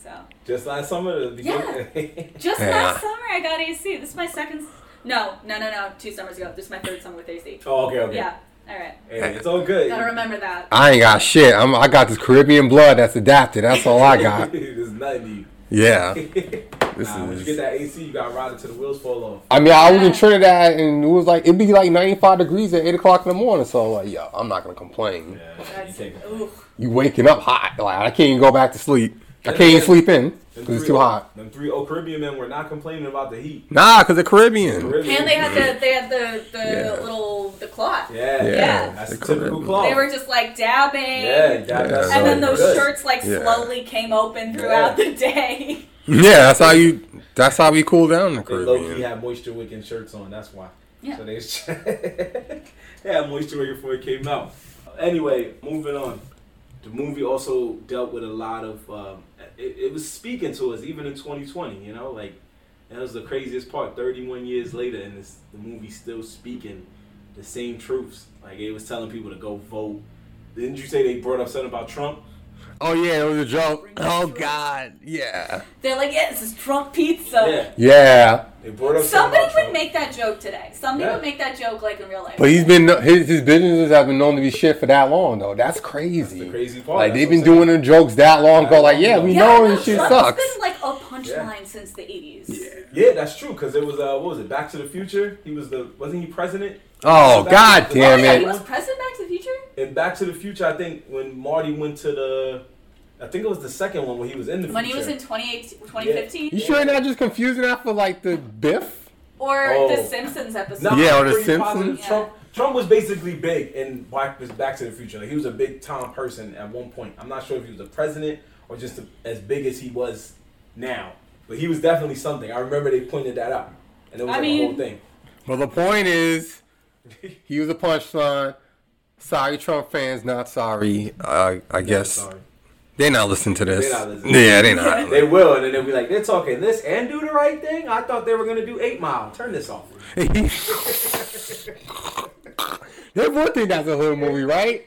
C: So
A: Just last summer, the beginning.
C: just
B: Yeah.
C: last summer I got AC. This is my second. s- No, no, no, no. Two summers ago. This is my third summer with AC.
A: oh, okay, okay.
C: Yeah. All right.
A: Hey, it's all good.
C: Gotta remember that.
B: I ain't got shit. I'm, I got this Caribbean blood that's adapted. That's all I got.
A: There's nothing to you.
B: Yeah. This
A: nah, when you
B: is-
A: get that AC, you gotta ride it till the wheels fall off.
B: I mean, I was in Trinidad and it was like it'd be like 95 degrees at 8 o'clock in the morning. So I'm like, yo, I'm not gonna complain.
A: you
C: That's,
A: take it.
C: ooh,
B: You waking up hot, like I can't even go back to sleep. I can't even sleep in
A: Them
B: because it's
A: three-
B: too hot.
A: Them three old Caribbean men were not complaining about the heat.
B: Nah, because the Caribbean.
A: Caribbean-
C: and they had the they had the the
B: Yeah.
C: little the cloth.
A: Yeah,
C: Yeah.
A: That's
B: The
A: the typical
B: Caribbean.
A: claw.
C: They were just like dabbing.
A: yeah, that, that's
C: And then
B: so
C: those
A: good.
C: shirts like
B: Yeah.
C: slowly came open throughout
A: Yeah.
C: the day.
B: Yeah, that's how you. That's how we cool down in the
A: They low key
B: Caribbean.
A: had moisture wicking shirts on. That's why.
C: Yeah.
A: So they, was- they had moisture wicking before it came out. Anyway, moving on. The movie also dealt with a lot of. Um, it, it was speaking to us even in 2020. You know, like that was the craziest part. 31 years later, and this, the movie's still speaking the same truths. Like it was telling people to go vote. Didn't you say they brought up something about Trump?
B: Oh yeah, it was a joke. Oh god, yeah,
C: They're like, yeah, this is Trump pizza.
A: Yeah,
B: yeah.
A: they brought up something
C: Oh. Somebody
A: about
C: would
A: Trump.
C: make that joke today. Somebody
A: Yeah.
C: would make that joke like in real life.
B: But he's been his his businesses have been known to be shit for that long though. That's crazy.
A: the crazy part.
B: Like
A: That's
B: they've
A: what I'm
B: been doing
A: saying.
B: the jokes that long ago. Like yeah, we
C: yeah,
B: know
C: no,
B: this shit
C: Trump's
B: sucks.
C: been like a punchline since the 80s.
A: Yeah, that's true. Cause it was uh, what was it? Back to the Future. He was the wasn't he president?
B: Oh god
A: Back to the-
C: Oh,
B: damn
C: yeah, he
B: it!
C: was president Back to the Future?
A: In Back to the Future, I think when Marty went to the, I think it was the second one when he was in the
C: When he
A: future.
C: was in 2018 2015?
B: You sure you're not just confusing that for like the Biff?
C: Or
A: Oh.
C: the Simpsons episode?
A: No,
B: Yeah,
A: I'm
B: or The
A: pretty positive
B: Simpsons.
A: Trump Trump was basically big in Back Back to the Future. Like, he was a big time person at one point. I'm not sure if he was a president or just as big as he was now, but he was definitely something. I remember they pointed that out, and it was
C: I
A: like
C: mean-
A: a whole thing.
B: Well, the point is, he was a punchline. Sorry, Trump fans, not sorry. I I guess
A: Sorry.
B: they're not listening to this.
A: They not listening.
B: yeah, they not.
A: They will, and then they'll be like, they're talking this and do the right thing. I thought they were gonna do Eight Mile. Turn this off.
B: There's one thing that's a hood movie, right?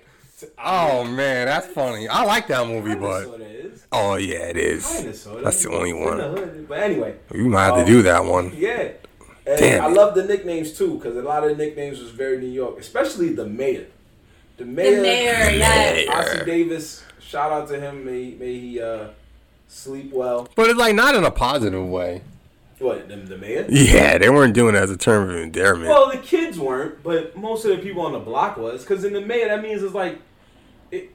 B: Oh man, that's funny. I like that movie, but
A: Minnesota is.
B: oh yeah, it is.
A: Minnesota.
B: That's the only
A: It's in
B: one.
A: the hood. But anyway,
B: You might have to do that one.
A: yeah. And
B: Damn
A: I
B: it.
A: love the nicknames too, because a lot of the nicknames was very New York, especially the mayor. The mayor,
C: The mayor, yes.
A: Ossie Davis. Shout out to him. May may he uh, sleep well.
B: But it's like not in a positive way.
A: What the, the mayor?
B: Yeah, they weren't doing it as a term of endearment.
A: Well, the kids weren't, but most of the people on the block was. Because in the mayor, that means it's like, it,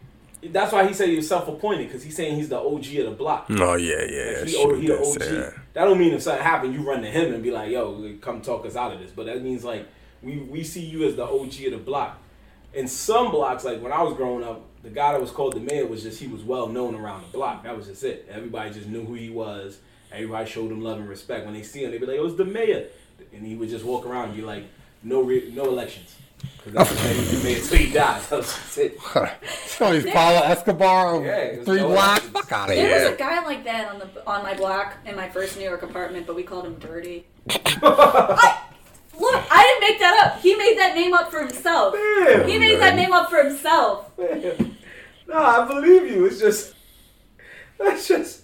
A: that's why he said he was self-appointed, because he's saying he's the OG of the block.
B: oh yeah, yeah, yeah.
A: Like, he,
B: She
A: o- he the
B: did say
A: OG.
B: that.
A: That don't mean if something happened, you run to him and be like, "Yo, come talk us out of this." But that means like we we see you as the OG of the block. In some blocks, like when I was growing up, the guy that was called the mayor was just he was well known around the block. That was just it. Everybody just knew who he was. Everybody showed him love and respect. When they see him, they be like, "It was the mayor," and he would just walk around and be like, "No, re- no elections." 'Cause that's what he was the mayor till he died. That was just it.
B: Oh, he's Pablo Escobar,
A: Yeah, it was
B: three
A: no
B: blocks.
A: options.
B: Fuck out of
C: There was
B: here.
C: a guy like that on the on my block in my first New York apartment, but we called him Dirty. I, look, I didn't make that up. He made that name up for himself.
A: Damn.
C: He made that name up for himself.
A: No, I believe you. It's just that's just.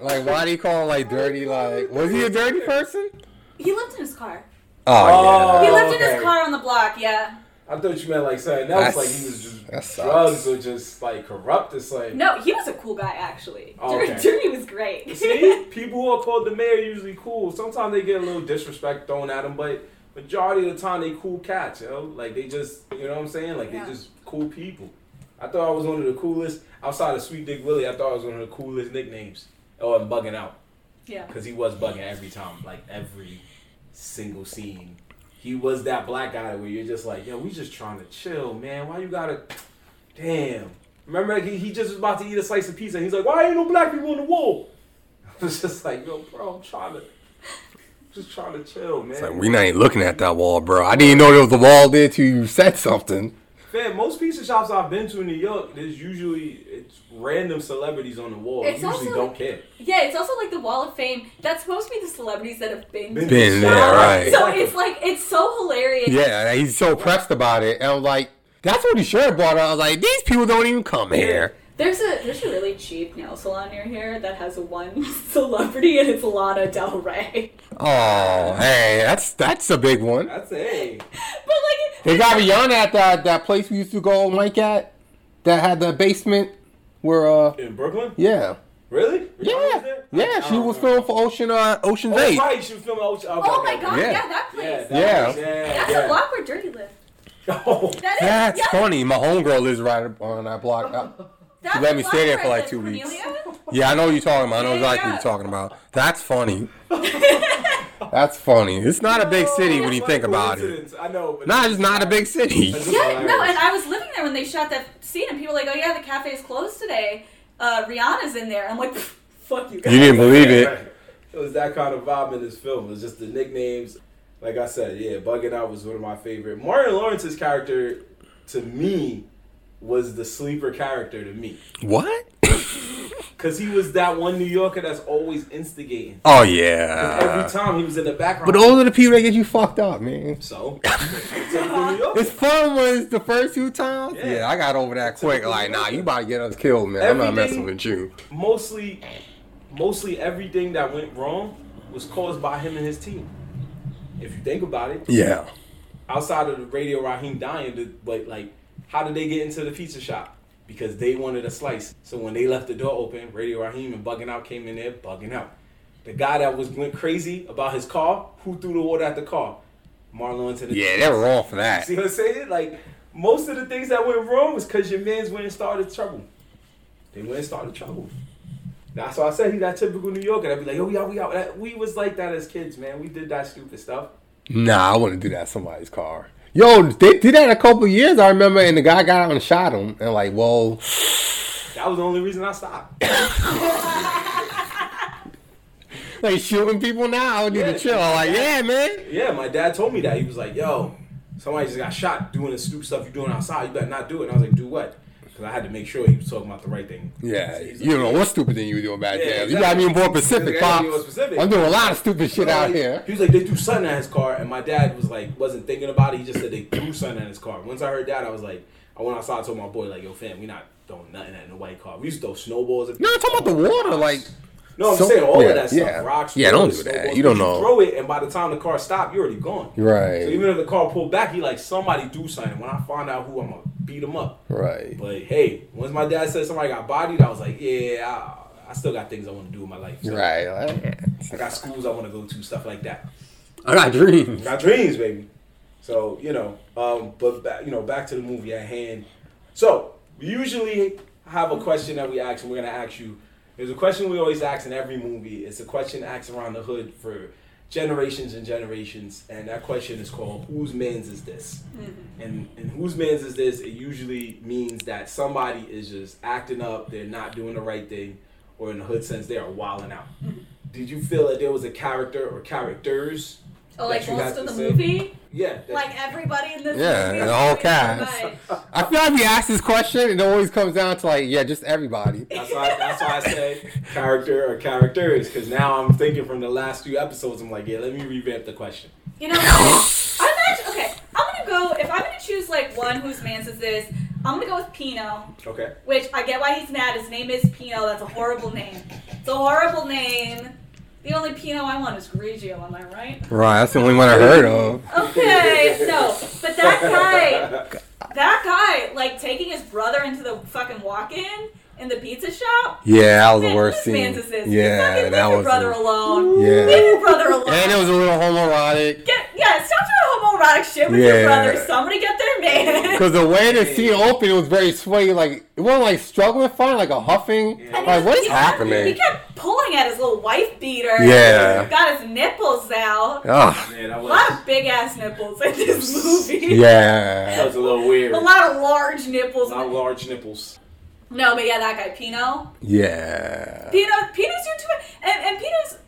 B: Like, why do you call him like dirty? Like, was he a dirty person?
C: He lived in his car.
B: Oh,
A: Oh.
C: He
B: yeah.
C: lived in
A: okay.
C: his car on the block. Yeah.
A: I thought you meant like something else,
B: That's-
A: like he was just
B: that sucks.
A: drugs or just like corrupt. It's like
C: No, he was a cool guy actually.
A: Oh,
C: Dirty,
A: okay.
C: Dirty was great.
A: see, people who are called the mayor are usually cool. Sometimes they get a little disrespect thrown at them, but majority of the time they cool cats, yo. Like they just, you know what I'm saying? Like
C: Yeah.
A: they just cool people. I thought I was one of the coolest outside of Sweet Dick Willie. I thought I was one of the coolest nicknames. Oh, I'm bugging out
C: yeah.
A: because he was bugging every time, like every single scene. He was that black guy where you're just like, yo, we just trying to chill, man. Why you gotta? Damn. Remember, he, he just was about to eat a slice of pizza, and he's like, why ain't no black people on the wall? I was just like, yo, bro, I'm trying to, just trying to chill, man.
B: It's like, we not even looking at that wall, bro. I didn't even know there was a wall there till you said something.
A: Man, most pizza shops I've been to in New York, there's usually it's random celebrities on the wall.
C: It's
A: you usually
C: also-
A: don't care.
C: Yeah, it's also like the Wall of Fame. That's supposed to be the celebrities that have been.
A: Been
C: to the
B: Been
C: show.
B: there, right.
C: So it's like it's so hilarious.
B: Yeah, he's so pressed about it. And I'm like, that's what he should have brought up. I was like, these people don't even come here.
C: There's a there's a really cheap nail salon near here that has one celebrity and it's Lana Del Rey.
B: Oh, hey, that's that's a big one.
A: That's hey,
C: But like
B: They got Rihanna at that, that place we used to go Mike at that had the basement where uh
A: in Brooklyn.
B: yeah.
A: Really? Rihanna was
B: Yeah,
A: there?
B: yeah.
A: I
B: She
A: don't
B: was
A: remember.
B: filmed for Ocean uh, Ocean's
A: Oh,
B: Eight.
A: right, she was filming Ocean. okay,
C: Oh
A: okay,
C: my
A: okay.
C: god,
B: Yeah.
C: yeah, that place.
A: Yeah, that
B: Yeah.
A: was- yeah,
C: That's
A: yeah.
C: a block where Dirty lived.
A: Oh,
C: That is,
B: That's
C: yes,
B: funny. My homegirl lives right on that block. Uh,
C: that's
B: She let
C: a
B: me
C: block
B: stay there
C: where
B: for
C: I
B: like
C: lived,
B: two weeks.
C: Cornelia.
B: yeah, I know what you're talking about. I know
C: Yeah,
B: exactly what
C: yeah.
B: you're talking about. That's funny. That's funny. It's not a big city when you think about it.
A: Coincidence, I know. But
B: Nah, it's not a big city.
A: That's just
C: Yeah, no,
A: hilarious.
C: and I was living there when they shot that scene, and people were like, oh yeah, the cafe's closed today. Uh, Rihanna's in there. I'm like, "Pfft, fuck you guys.
B: You didn't believe it.
A: Right. It was that kind of vibe in this film. It was just the nicknames. Like I said, yeah, Bugging Out was one of my favorite. Martin Lawrence's character, to me, was the sleeper character to me.
B: What?
A: Because he was that one New Yorker that's always instigating.
B: Oh
A: Every
B: yeah.
A: time he was in the background.
B: Uh, But those are the people that get you fucked up, man.
A: So, typical New Yorker.
B: It's fun was the first few times.
A: Yeah.
B: Yeah, I got over that quick. Like, nah, you about to get us killed, man. I'm not
A: Everything-
B: messing with you.
A: mostly, mostly everything that went wrong was caused by him and his team. If you think about it,
B: Yeah.
A: outside of the Radio Raheem dying, the- but like, how did they get into the pizza shop? Because they wanted a slice. So when they left the door open, Radio Raheem and Bugging Out came in there, bugging out. The guy that was went crazy about his car, who threw the water at the car? Marlon to the
B: Yeah, they were wrong for that.
A: See what I'm saying? Like most of the things that went wrong was because your man's went and started trouble. They went and started trouble. That's why I said he that typical New Yorker. I'd be like, oh yeah, we out. That- We was like that as kids, man. We did that stupid stuff.
B: Nah, I wouldn't do that in somebody's car. Yo, they did that a couple of years, I remember, and the guy got out and shot him. And like, well,
A: That was the only reason I stopped.
B: like shooting people now, I need
A: Yeah.
B: to chill. Like, yeah, man.
A: Yeah, my dad told me that. He was like, yo, somebody just got shot doing the stupid stuff you're doing outside. You better not do it. And I was like, do what? Because I had to make sure he was talking about the right thing.
B: Yeah,
A: So he's
B: you
A: like,
B: know what's stupid thing you were doing back
A: Yeah,
B: there.
A: exactly.
B: You got me more
A: You
B: Pacific,
A: gotta
B: Pop.
A: be more specific.
B: I'm doing a lot of stupid shit out
A: Like,
B: here.
A: He was like, they threw something at his car, and my dad was like, wasn't thinking about it. He just said they threw something at his car. Once I heard that, I was like, I went outside, told my boy, like, yo, fam, we not throwing nothing at nobody's car. We used to throw snowballs. At
B: No, I'm talking about the water. Like,
A: no, I'm
B: so-
A: saying all
B: yeah,
A: of that stuff.
B: yeah.
A: Rocks.
B: Yeah, don't
A: balls,
B: do that.
A: snowballs,
B: You don't
A: because
B: know.
A: Throw it, and by the time the car stopped, you're already gone.
B: Right.
A: So even if the car pulled back, he like somebody do something. When I find out who, I'm gonna beat him up.
B: right?
A: But hey, once my dad said somebody got bodied, I was like, yeah, I, I still got things I want to do in my life. So
B: Right. like,
A: I got schools I want to go to, stuff like that.
B: I got dreams.
A: Got dreams, baby. So you know, um, but back, you know, back to the movie at hand. So we usually have a question that we ask, and we're gonna ask you. There's a question we always ask in every movie. It's a question asked around the hood for generations and generations, and that question is called "Whose man's is this?" And and whose man's is this? It usually means that somebody is just acting up. They're not doing the right thing, or in the hood sense, they are wilding out. Did you feel that there was a character or characters?
C: Oh, like
A: that you had
C: most of
A: to
C: the
A: say?
C: movie?
A: Yeah. that-
C: Like everybody in this
B: Yeah,
C: movie.
B: the whole
C: is doing
B: cast.
C: so much.
B: I feel like we ask this question, it always comes down to like, yeah, just everybody.
A: That's why, that's why I say character or characters, because now I'm thinking from the last few episodes, I'm like, yeah, let me revamp the question.
C: You know, I imagine. Okay, I'm gonna go. If I'm gonna choose like one whose man's is this, I'm gonna go with Pino,
A: Okay.
C: which I get why he's mad. His name is Pino. That's a horrible name. It's a horrible name. The only Pino I want is Grigio. Am I right?
B: Right. That's the only one I heard of.
C: Okay, so but that guy, that guy, like taking his brother into the fucking walk-in in the pizza shop.
B: Yeah, that was the
C: Man,
B: worst
C: whose
B: scene.
C: man's is this? Fucking
B: Yeah,
C: leave
B: that
C: your
B: was.
C: brother alone.
B: Yeah.
C: Leave your brother alone.
B: And it was a little homoerotic.
C: Get, yeah, stop doing homoerotic shit with your
B: Yeah.
C: brother. Somebody get their man.
B: Cause the way the scene opened, it was very sway. Like it wasn't like struggling fun, like a huffing.
A: Yeah.
C: And
B: Like what is
C: he kept- He
B: happening?
C: kept pulling at his little wife beater.
B: Yeah.
C: Got his nipples out.
B: Ugh.
A: Man, that
C: A
A: was,
C: lot of big ass nipples in this movie.
A: that
B: Yeah.
A: was a little weird.
C: A lot of large nipples.
A: Not large nipples.
C: No, but yeah, that guy Pino.
B: Yeah.
C: Pino, Pino's your twin, and, and Pino's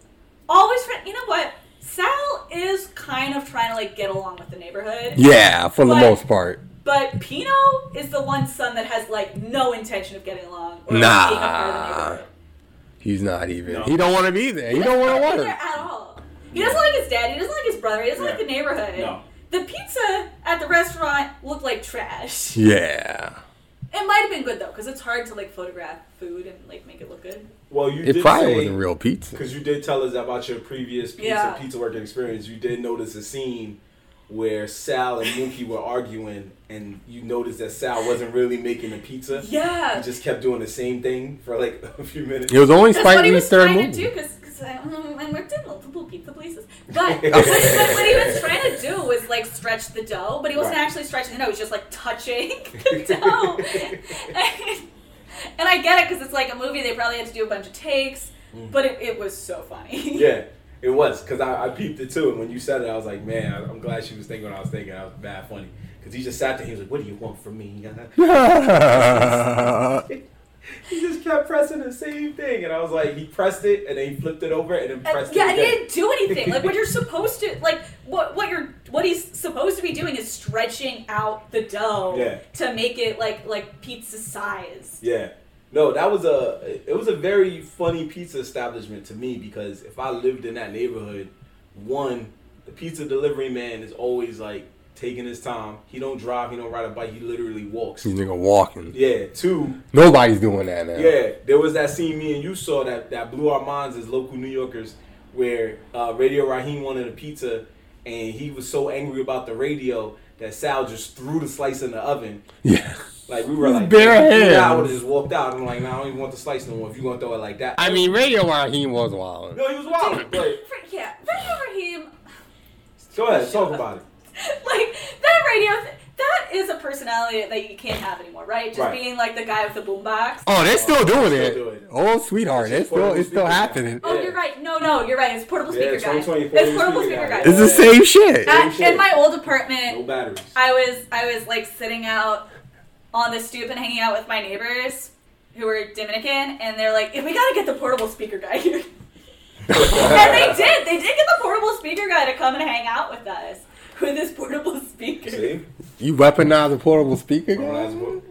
C: always. Try- you know what? Sal is kind of trying to like get along with the neighborhood.
B: Yeah, for the
C: But-
B: most part.
C: But Pino is the one son that has like no intention of getting along.
B: Nah.
C: Or being a part of the neighborhood.
B: He's not even.
A: No.
B: He don't want to be there. He don't want to
C: Not
B: want
C: there
B: it.
C: at all. He doesn't like his dad. He doesn't like his brother. He doesn't
A: Yeah.
C: like the neighborhood.
A: No.
C: The pizza at the restaurant looked like trash.
B: Yeah.
C: It might have been good though, because it's hard to like photograph food and like make it look good.
A: Well, you
B: It
A: did
B: probably
A: say,
B: wasn't real pizza.
A: Because you did tell us about your previous pizza,
C: Yeah.
A: pizza work experience. You did notice a scene where Sal and Mookie were arguing, and you noticed that Sal wasn't really making the pizza. He
C: Yeah.
A: just kept doing the same thing for like a few minutes.
B: It was only
C: That's
B: Spike
C: what he
B: Lee's
C: was
B: third
C: trying to
B: movie.
C: do because I, um, I worked at multiple pizza places. But what, what he was trying to do was like stretch the dough, but he wasn't
A: Right.
C: actually stretching the dough. He was just like touching the dough. and, and I get it because it's like a movie. They probably had to do a bunch of takes, but it, it was so funny.
A: Mm. Yeah, it was because I, I peeped it too, and when you said it, I was like, man, I, I'm glad she was thinking what I was thinking. I was bad funny because he just sat there. He was like, "What do you want from me?" he just kept pressing the same thing, and I was like, he pressed it, and then he flipped it over, and then
C: And-
A: pressed
C: yeah,
A: it
C: and he
A: again.
C: didn't do anything. Like what you're supposed to, like what what you're what he's supposed to be doing is stretching out the dough
A: Yeah.
C: to make it like like pizza size.
A: Yeah. No, that was a it was a very funny pizza establishment to me because if I lived in that neighborhood, one, the pizza delivery man is always like taking his time. He don't drive, he don't ride a bike, he literally walks.
B: These nigga walking.
A: Yeah. Two,
B: Nobody's doing that now.
A: yeah, there was that scene me and you saw that that blew our minds as local New Yorkers where uh, Radio Raheem wanted a pizza and he was so angry about the radio that Sal just threw the slice in the oven
B: Yeah.
A: like we were like,
B: Bare hands.
A: yeah, I would have just walked out. I'm like, nah, I don't even want the slice no more. If you gonna throw it like that,
B: I mean, Radio Raheem was wild.
A: no, he was wild. Like,
C: For- yeah, that Raheem,
A: go ahead, talk about it.
C: like that radio, th- that is a personality that you can't have anymore, right? Just
A: Right.
C: being like the guy with the boombox.
B: Oh, they're still doing
A: Still
B: it.
A: doing it.
B: Oh, sweetheart, it's still it's still
A: Yeah.
B: happening.
C: Oh,
A: Yeah.
C: you're right. No, no, you're right. It's portable
A: Yeah,
C: speaker guy.
A: 2020
C: It's
A: portable
C: portable
A: speaker
C: speaker
A: guy.
C: guy.
B: It's the same shit.
C: At-
A: shit.
C: in my old apartment,
A: No batteries.
C: I was I was like sitting out on the stoop and hanging out with my neighbors who were Dominican, and they're like, "We gotta get the portable speaker guy here." and they did. They did get the portable speaker guy to come and hang out with us with this portable speaker.
A: See,
B: You weaponize a portable speaker?
A: Remember
B: guy?
A: last book?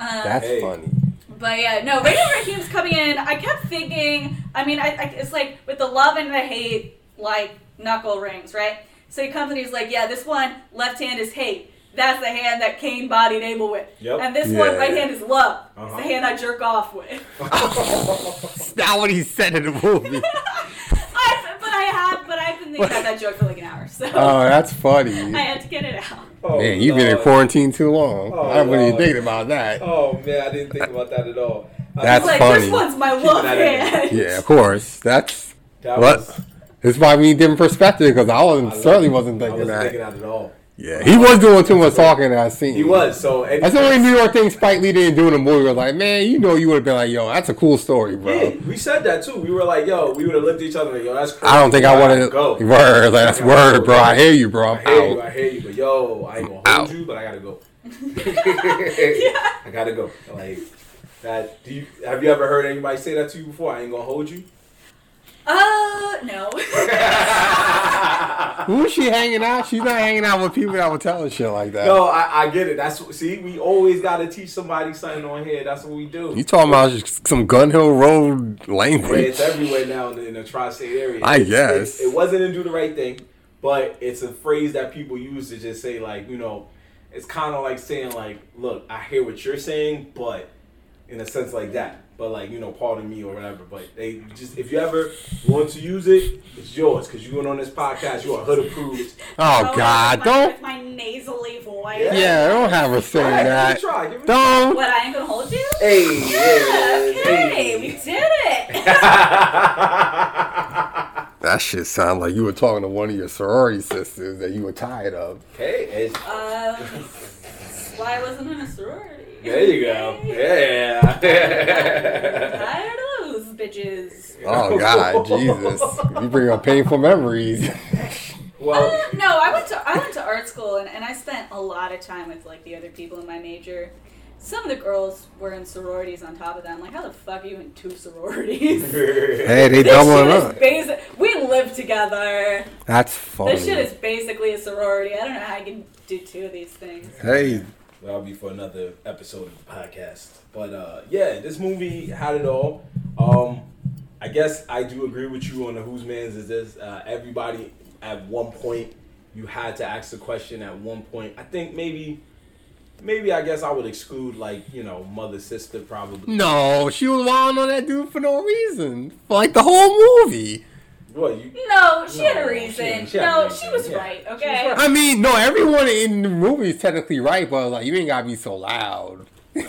C: Um,
B: That's
A: Hey.
B: funny.
C: But yeah, no, Radio Raheem's coming in. I kept thinking, I mean, I, I, it's like with the love and the hate, like knuckle rings, right? So he comes and he's like, yeah, this one, left hand is hate. That's the hand that Cain bodied Abel with.
A: Yep.
C: And this one,
B: Yeah.
C: right hand is love.
A: Uh-huh.
C: It's the hand I jerk off with.
B: That's not what he said in the movie.
C: I, but I have, but I've been thinking about that joke for like an hour, so
B: Oh, that's funny.
C: I had to get it out.
A: Oh,
B: Man, you've been in
A: Lord.
B: quarantine too long.
A: Oh,
B: I wasn't even
A: Lord.
B: thinking about that.
A: Oh man, I didn't think about that at all. I-
B: That's
C: like,
B: funny.
C: this one's my love
A: that in.
C: hand.
B: Yeah, of course. That's
A: that
B: what.
A: was-
B: That's why we need different perspective because I, wasn't,
A: I love
B: certainly
A: it.
B: wasn't
A: I
B: thinking
A: wasn't
B: that.
A: thinking that at all.
B: yeah, he was doing too much talking. I seen.
A: He was so. And
B: That's the only New York thing Spike Lee didn't do in the movie. Was like, man, you know, you would have been like, yo, that's a cool story, bro.
A: Yeah, we said that too. We were like, "Yo," we would have looked at each other like, "Yo, that's crazy."
B: I don't think I
A: Why
B: want to.
A: go.
B: Word, like, that's
A: I gotta
B: word,
A: go.
B: bro. I hear you, bro.
A: I
B: I'm
A: hear you,
B: out.
A: I hear you, but yo, I ain't gonna hold
B: Out.
A: you, but I gotta go. I gotta go. Like that. Do you have you ever heard anybody say that to you before? I ain't gonna hold you.
C: Uh, no.
B: Who's she hanging out? She's not hanging out with people that would tell her shit like that.
A: no, I, I get it. That's what- see, we always gotta teach somebody something on here. That's what we do.
B: You talking about just some Gun Hill Road
A: But
B: language?
A: it's everywhere now in the, in the tri-state area.
B: I
A: It's-
B: guess.
A: it, it wasn't in do the right thing, but it's a phrase that people use to just say like, you know, it's kind of like saying like, look, I hear what you're saying, but in a sense like that. But like, you know, pardon me or whatever. But they just if you ever want to use it, it's yours because you went on this podcast. You are hood approved.
B: Oh God,
C: with my-
B: don't.
C: With my nasally voice.
A: Yeah.
B: Yeah, don't have her saying
A: Alright,
B: that.
A: Give it a try. Give it a try.
B: Don't.
C: What, I ain't gonna hold you?
A: Hey,
C: Yeah,
A: yeah,
C: okay, we
A: hey.
C: did it.
B: That shit sound like you were talking to one of your sorority sisters that you were tired of.
A: Hey, it's-
C: Um, why I wasn't in a sorority?
A: there you go. Yeah.
C: Tired of those bitches.
B: Oh God, Jesus! You bring up painful memories.
A: well,
C: Uh, no, I went to I went to art school and, and I spent a lot of time with like the other people in my major. Some of the girls were in sororities on top of that. I'm like, how the fuck are you in two sororities?
B: hey, they
C: This
B: doubling
C: shit is
B: up.
C: basic. We live together.
B: That's funny.
C: This shit is basically a sorority. I don't know how I can do two of these things.
B: hey,
A: That'll be for another episode of the podcast. But uh, yeah, this movie had it all. Um, I guess I do agree with you on the whose man's is this. Uh, everybody at one point you had to ask the question at one point. I think maybe, maybe I guess I would exclude like you know mother sister
B: Hmm.
A: probably.
B: no, she was wilding on that dude for no reason, for like the whole movie.
A: What you?
C: No, she had a
A: No,
C: reason.
A: she had- she had a
C: no,
A: reason,
C: she was
A: yeah.
C: right.
A: She was
C: Okay.
A: right.
B: I mean, no, everyone in the movie is technically right, but like you ain't gotta be so loud.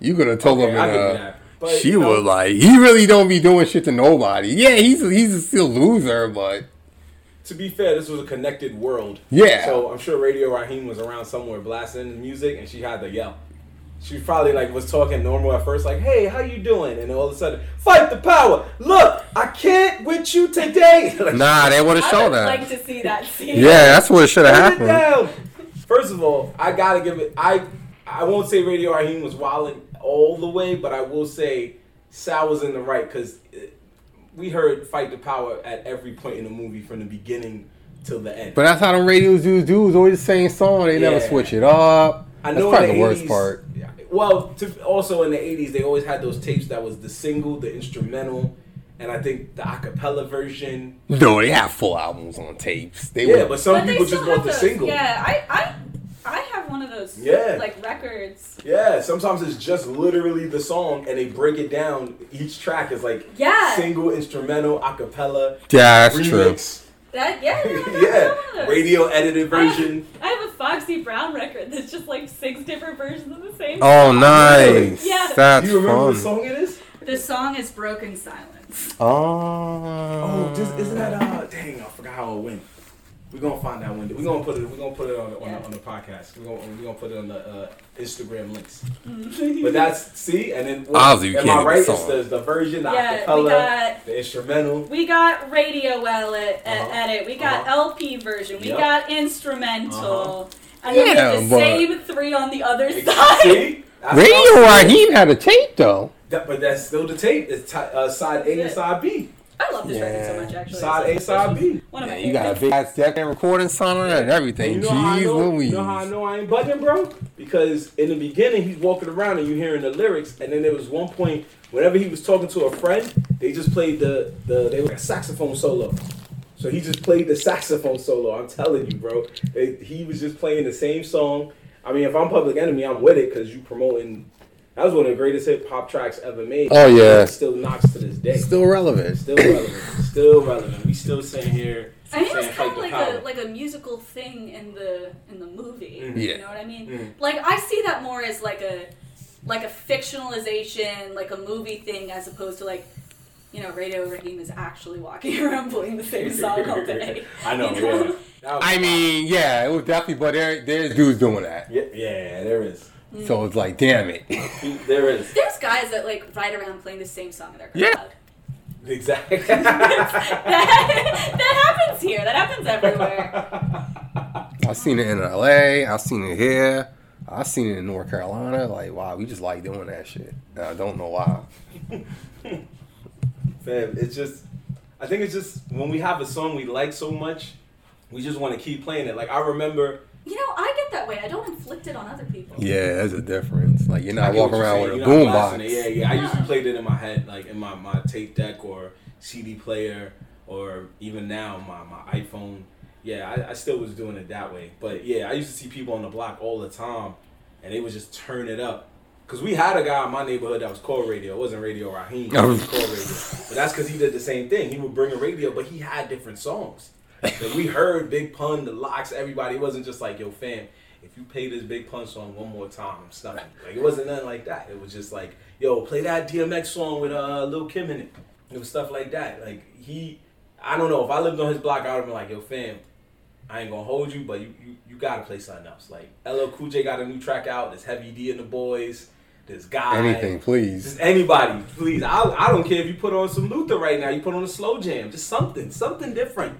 B: you could have told
A: Okay,
B: him
A: I
B: in
A: could do
B: a.
A: that. But,
B: she
A: you know,
B: was like, he really don't be doing shit to nobody. Yeah, he's he's still loser, but
A: To be fair, this was a connected world.
B: Yeah.
A: So I'm sure Radio Raheem was around somewhere blasting the music, and she had to yell. She probably like was talking normal at first, like, "Hey, how you doing?" And all of a sudden, "Fight the power! Look, I can't with you today." like,
B: nah, they would have
C: I
B: shown
C: would
B: that.
C: like to see that scene.
B: yeah, that's what should have
A: Put it
B: happened.
A: down. First of all, I gotta give it. I I won't say Radio Raheem was wilding all the way, but I will say Sal was in the right because we heard "Fight the Power" at every point in the movie from the beginning till the end.
B: But that's how them radio dudes do. It's always the same song. They never
A: Yeah.
B: switch it up.
A: I
B: that's
A: know
B: probably
A: in
B: the,
A: the,
B: worst
A: 80s
B: part.
A: yeah, Well, to, also in the '80s, they always had those tapes that was the single, the instrumental, and I think the acapella version.
B: No, they have full albums on tapes. They
A: Yeah,
B: would-
A: but some
C: But they
A: people
C: still
A: just want
C: have
A: the
C: those-
A: single.
C: Yeah, I, I, I have one of those.
A: Yeah.
C: Like records.
A: Yeah, sometimes it's just literally the song, and they break it down. Each track is like
C: Yeah.
A: single, instrumental, acapella,
B: yeah, that's true.
A: remix.
C: That yeah. I have one
A: yeah,
C: of those.
A: radio edited version.
C: I have a Foxy Brown record that's just like six different versions of the same.
B: Oh, nice.
C: Yeah.
B: That's
A: Do you remember
B: fun.
A: what song it is?
C: The song is Broken Silence.
B: Oh,
A: Oh, just, isn't that uh? Dang, I forgot how it went. We're gonna find out when. We're gonna put it. We're gonna put it on the, on, the, on the podcast. We're gonna we're gonna put it on the uh, Instagram links. But that's see, and then what,
B: Obviously, you
A: am
B: can't
A: I
B: get the
A: right? It's
B: song.
A: the, the version, the
C: Yeah, we
A: acapella,
C: got-
A: the instrumental.
C: We got radio well at, at,
A: Uh-huh.
C: at it. We got LP version. We
A: Yep. Uh-huh.
C: got instrumental. And
B: Yeah,
C: then we
B: but-
C: had the same three on the other side.
A: See, That's
B: Radio
A: what I'm saying.
B: Raheem had a tape though.
A: That, but that's still the tape. It's ti uh, side A and side B.
C: I love this record so
B: Yeah.
C: much, actually.
A: Side A,
C: It's
A: side B.
C: One of
B: Yeah,
C: my
B: you got a
C: favorites.
B: big ass deck and recording sound and everything.
A: You know, how I
B: Jeez
A: know,
B: Louise.
A: you know how I know I ain't bugging, bro? Because in the beginning, he's walking around and you hearing the lyrics, and then there was one point, whenever he was talking to a friend, they just played the, the they were a saxophone solo. So he just played the saxophone solo. I'm telling you, bro. They, he was just playing the same song. I mean, if I'm Public Enemy, I'm with it because you promoting. That was one of the greatest hip hop tracks ever made.
B: Oh, yeah.
A: It still knocks to this day.
B: Still relevant.
A: Still relevant. Still relevant. We still sitting here.
C: I think it was
A: saying
C: kind
A: Fight
C: of
A: the
C: like
A: Power.
C: a like a musical thing in the in the movie.
A: Mhm.
B: Yeah.
C: You know what I mean?
A: Mhm.
C: Like I see that more as like a like a fictionalization, like a movie thing, as opposed to like you know Radio Raheem is actually walking around playing the same song all day.
A: I know.
C: You know?
A: Yeah. That was-
B: I mean, yeah, it was definitely, but there, there's dudes doing that.
A: Yeah, yeah, there is.
B: So it's like, damn it.
A: He- There is.
C: There's guys that like ride around playing the same song in their car.
B: Yeah.
A: Exactly.
C: that, that happens here. That happens everywhere.
B: I've seen it in LA. I've seen it here. I've seen it in North Carolina. Like, wow, we just like doing that shit. And I don't know why.
A: Fam, it's just, I think it's just when we have a song we like so much, we just want to keep playing it. Like, I remember.
C: You know, I get that way. I don't inflict it on other people.
B: Yeah, there's a difference. Like, you're
A: I
B: not
A: get what
B: walking
A: you're
B: around
A: saying,
B: with a
A: you're not
B: boom
A: blasting it.
B: box.
A: Yeah, yeah. I
C: No.
A: used to play that in my head, like in my, my tape deck or CD player or even now my, my iPhone. Yeah, I, I still was doing it that way. But yeah, I used to see people on the block all the time and they would just turn it up. Because we had a guy in my neighborhood that was called Radio. It wasn't Radio Raheem. It was called Radio. But that's because he did the same thing. He would bring a radio, but he had different songs. So we heard Big Pun, The Locks, everybody. It wasn't just like, yo, fam, if you play this Big Pun song one more time, I'm stuffing. you. Like, it wasn't nothing like that. It was just like, yo, play that DMX song with uh, Lil Kim in it. It was stuff like that. Like, he, I don't know. If I lived on his block, I would have been like, yo, fam, I ain't gonna hold you, but you, you, you gotta play something else. Like, LL Cool J got a new track out. There's Heavy D and the Boys. There's Guy.
B: Anything, please.
A: Just anybody, please. I, I don't care if you put on some Luther right now. You put on a slow jam, just something, something different.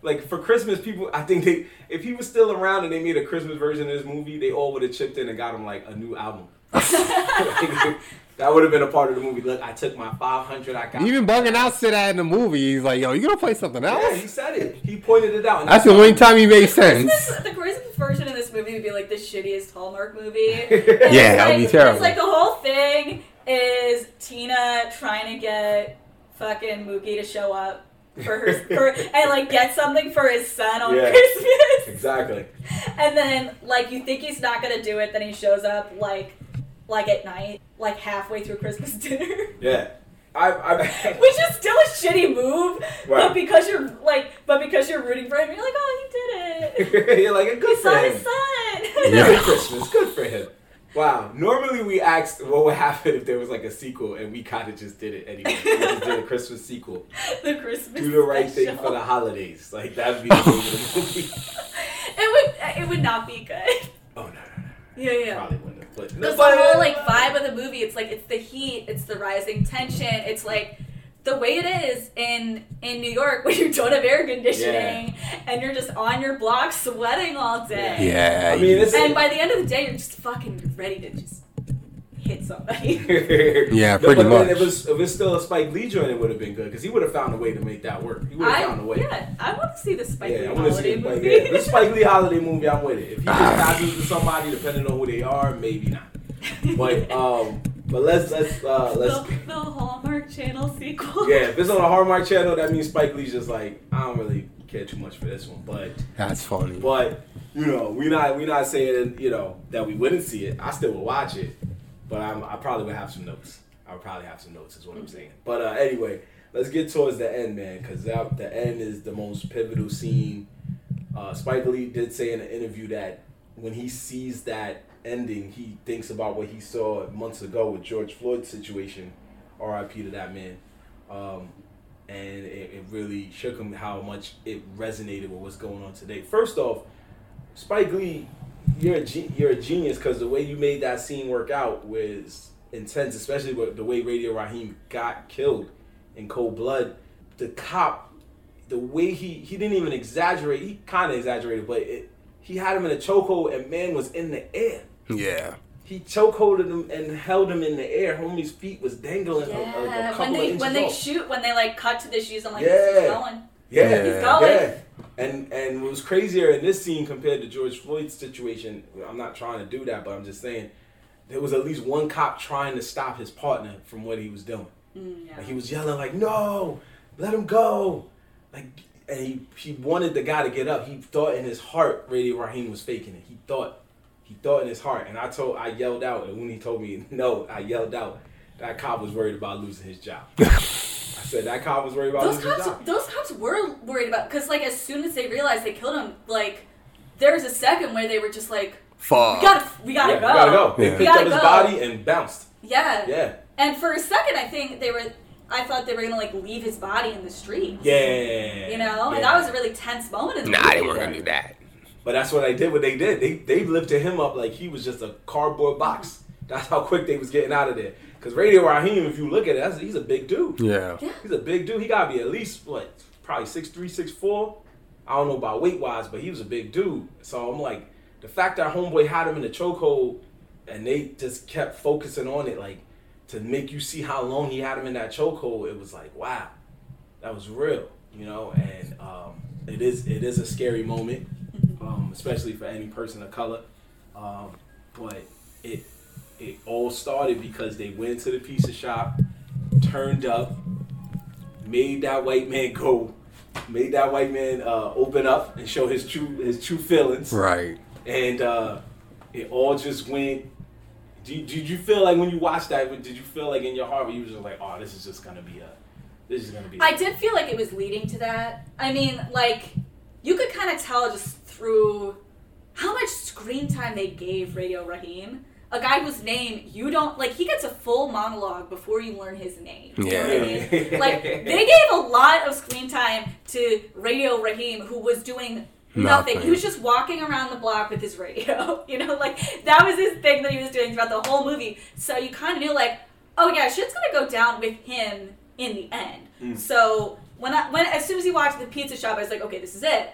A: Like for Christmas, people, I think they, if he was still around and they made a Christmas version of this movie, they all would have chipped in and got him like a new album. Like, that would have been a part of the movie. Look, I took my five hundred. I got.
B: Even bugging out said that in the movie. He's like, yo, you gonna play something
A: Yeah, he
B: else?
A: said it. He pointed it out. and
B: That's the only time he made sense.
C: This, the Christmas version of this movie would be like the shittiest Hallmark movie.
B: Yeah, that would
C: like,
B: be terrible.
C: It's like the whole thing is Tina trying to get fucking Mookie to show up for her for, and like get something for his son on
A: Yeah.
C: Christmas,
A: Exactly.
C: and then like you think he's not gonna do it, then he shows up like like at night, like halfway through Christmas dinner.
A: Yeah. I've, I've
C: Which is still a shitty move,
A: Right.
C: but because you're like, but because you're rooting for him, you're like, oh, he did it.
A: you're like
C: he
A: good for
C: saw
A: him.
C: his son.
B: Yeah.
A: Merry Christmas. Good for him. Wow. Normally we asked what would happen if there was like a sequel, and we kind of just did it anyway. We just did a Christmas sequel.
C: the Christmas.
A: Do the right
C: special.
A: thing for the holidays. Like that'd be the name of the movie.
C: It would. It would not be good.
A: Oh no, no, no.
C: Yeah, yeah.
A: Probably wouldn't have. But,
C: Because
A: but- uh,
C: the whole like vibe of the movie, it's like it's the heat, it's the rising tension, it's like the way it is in in New York when you don't have air conditioning and you're just on your block sweating all day.
B: Yeah.
A: I mean, it's-
C: And by the end of the day, you're just fucking ready to just hit somebody.
B: Yeah,
A: No,
B: pretty
A: but then
B: much.
A: If it, was, if it was still a Spike Lee joint, it would have been good because he would have found a way to make that work. He would have
C: I,
A: found a way.
C: yeah, I want to see the Spike Lee
A: Yeah, I want to see
C: holiday
A: a Spike
C: movie.
A: Lee. If it's a Spike Lee holiday movie, I'm with it. If he just
B: Ah.
A: passes to somebody, depending on who they are, maybe not. But um, but let's let's uh, let's
C: the, the Hallmark Channel sequel.
A: yeah. If it's on a Hallmark channel, that means Spike Lee's just like I don't really care too much for this one. But
B: That's funny.
A: but you know we not we not saying you know that we wouldn't see it. I still would watch it, but I'm I probably would have some notes. I would probably have some notes is what I'm saying. But uh, anyway, let's get towards the end, man, because that the end is the most pivotal scene. Uh, Spike Lee did say in an interview that when he sees that ending, he thinks about what he saw months ago with George Floyd's situation. R.I.P. to that man. Um, and it, it really shook him how much it resonated with what's going on today. First off, Spike Lee, you're a ge- you're a genius because the way you made that scene work out was intense, especially with the way Radio Raheem got killed in cold blood. The cop, the way he he didn't even exaggerate. He kind of exaggerated, but it, he had him in a chokehold, and man was in the air.
B: yeah.
A: He chokeholded him and held him in the air. Homie's feet was dangling. uh, a- a- a,
C: Yeah,
A: couple of
C: when they
A: inches
C: when they
A: off.
C: shoot when they like cut to the shoes, I'm like,
A: Yeah.
C: this is going.
A: Yeah,
B: Yeah.
A: yeah.
B: He's
C: going.
A: And and what was crazier in this scene compared to George Floyd's situation, I'm not trying to do that, but I'm just saying there was at least one cop trying to stop his partner from what he was doing.
C: Mm, yeah.
A: Like, he was yelling like, "No, let him go!" Like, and he he wanted the guy to get up. He thought in his heart, Radio Raheem was faking it. He thought, he thought in his heart. And I told, I yelled out, and when he told me no, I yelled out. That cop was worried about losing his job. I said that cop was worried about
C: Those
A: losing his job.
C: cops, those cops were worried about because like as soon as they realized they killed him, like there was a second where they were just like,
B: Fuck.
C: we gotta, we
A: Uh,
C: gotta
A: yeah,
C: go,
A: we gotta go. They
B: Yeah.
A: picked
C: Gotta
A: up his
C: go.
A: body and bounced.
C: yeah.
A: Yeah.
C: And for a second, I think they were, I thought they were gonna like leave his body in the street.
A: Yeah.
C: You know,
A: yeah.
C: and that was a really tense moment. In the
B: Nah, they
C: movie.
B: weren't gonna do that.
A: But that's what they did. What they did, they they lifted him up like he was just a cardboard box. That's how quick they was getting out of there. Because Radio Raheem, if you look at it, that's, he's a big dude.
B: Yeah.
C: Yeah.
A: He's a big dude. He gotta be at least what, probably six three, six four. I don't know about weight wise, but he was a big dude. So I'm like, the fact that homeboy had him in the chokehold, and they just kept focusing on it, like to make you see how long he had him in that chokehold. It was like, wow, that was real, you know. And um, it is it is a scary moment, um, especially for any person of color. Um, but it it all started because they went to the pizza shop, turned up, made that white man go, made that white man uh, open up and show his true his true feelings,
B: Right.
A: and uh, it all just went. Did, did you feel like when you watched that? Did you feel like in your heart you were just like, oh, this is just gonna be a, this is gonna be. a-
C: I did feel like it was leading to that. I mean, like you could kind of tell just through how much screen time they gave Radio Raheem, a guy whose name you don't like. He gets a full monologue before you learn his name. You know what I mean?
A: Yeah.
C: like they gave a lot of screen time to Radio Raheem, who was doing. Nothing.
B: Nothing.
C: He was just walking around the block with his radio. You know, like that was his thing that he was doing throughout the whole movie. So you kind of knew, like, oh yeah, shit's gonna go down with him in the end.
A: Mm.
C: So when I when as soon as he walked to the pizza shop, I was like, okay, this is it.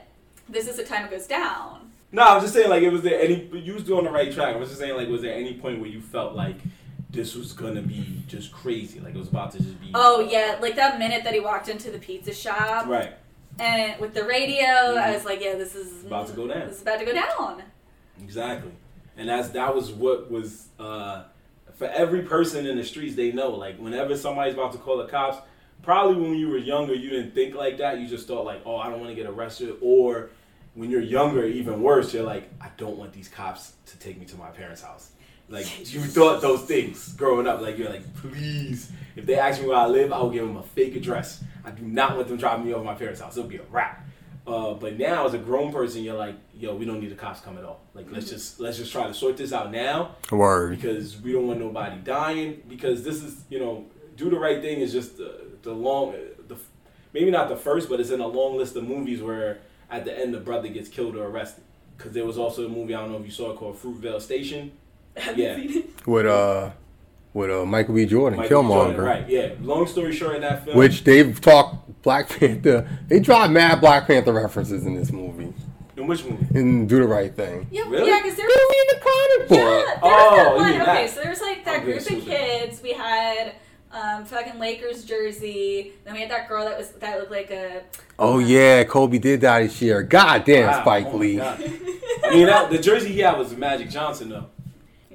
C: This is the time it goes down.
A: No, I'm just saying like it was there any you was doing the right track. I was just saying like was there any point where you felt like this was gonna be just crazy, like it was about to just be
C: Oh yeah, like that minute that he walked into the pizza shop
A: right Mm-hmm.
C: and with the radio, I was like, yeah, this is
A: about to go down
C: This is about to go down.
A: exactly, and that's that was what was uh for every person in the streets they know like whenever somebody's about to call the cops. Probably when you were younger, you didn't think like that. You just thought like, oh, I don't want to get arrested, or when you're younger, even worse, you're like, I don't want these cops to take me to my parents' house. Like you thought those things growing up. Like you're like, please, if they ask me where I live, I will give them a fake address. I do not want them driving me over my parents' house. It'll be a wrap. Uh, but now as a grown person, you're like, yo, we don't need the cops come at all. Like let's just let's just try to sort this out now
B: Word.
A: because we don't want nobody dying. Because this is you know, do the right thing is just the the long the maybe not the first, but it's in a long list of movies where at the end the brother gets killed or arrested. Because there was also a movie I don't know if you saw it called Fruitvale Station. Yeah.
B: With uh, with uh Michael B. Jordan,
A: Michael
B: Killmonger.
A: Jordan, right? Yeah. Long story short, in that film,
B: Which they've talked Black Panther. They dropped mad Black Panther references in this movie.
A: in which movie?
B: And do the right thing.
C: Yeah,
A: Really?
C: yeah, because there
B: They
C: was
B: were in the comic
C: yeah,
B: book.
C: there was
A: Oh,
C: that one.
A: you mean
C: okay,
A: that.
C: so there was like
A: I'm
C: that
A: being
C: group of
A: stupid.
C: kids. We had um, fucking Lakers jersey. Then we had that girl that was that looked like a.
B: Oh yeah, Kobe did die this year. God damn,
A: Wow,
B: Spike
A: oh my
B: Lee.
A: God. I mean, that, the jersey he had was Magic Johnson though.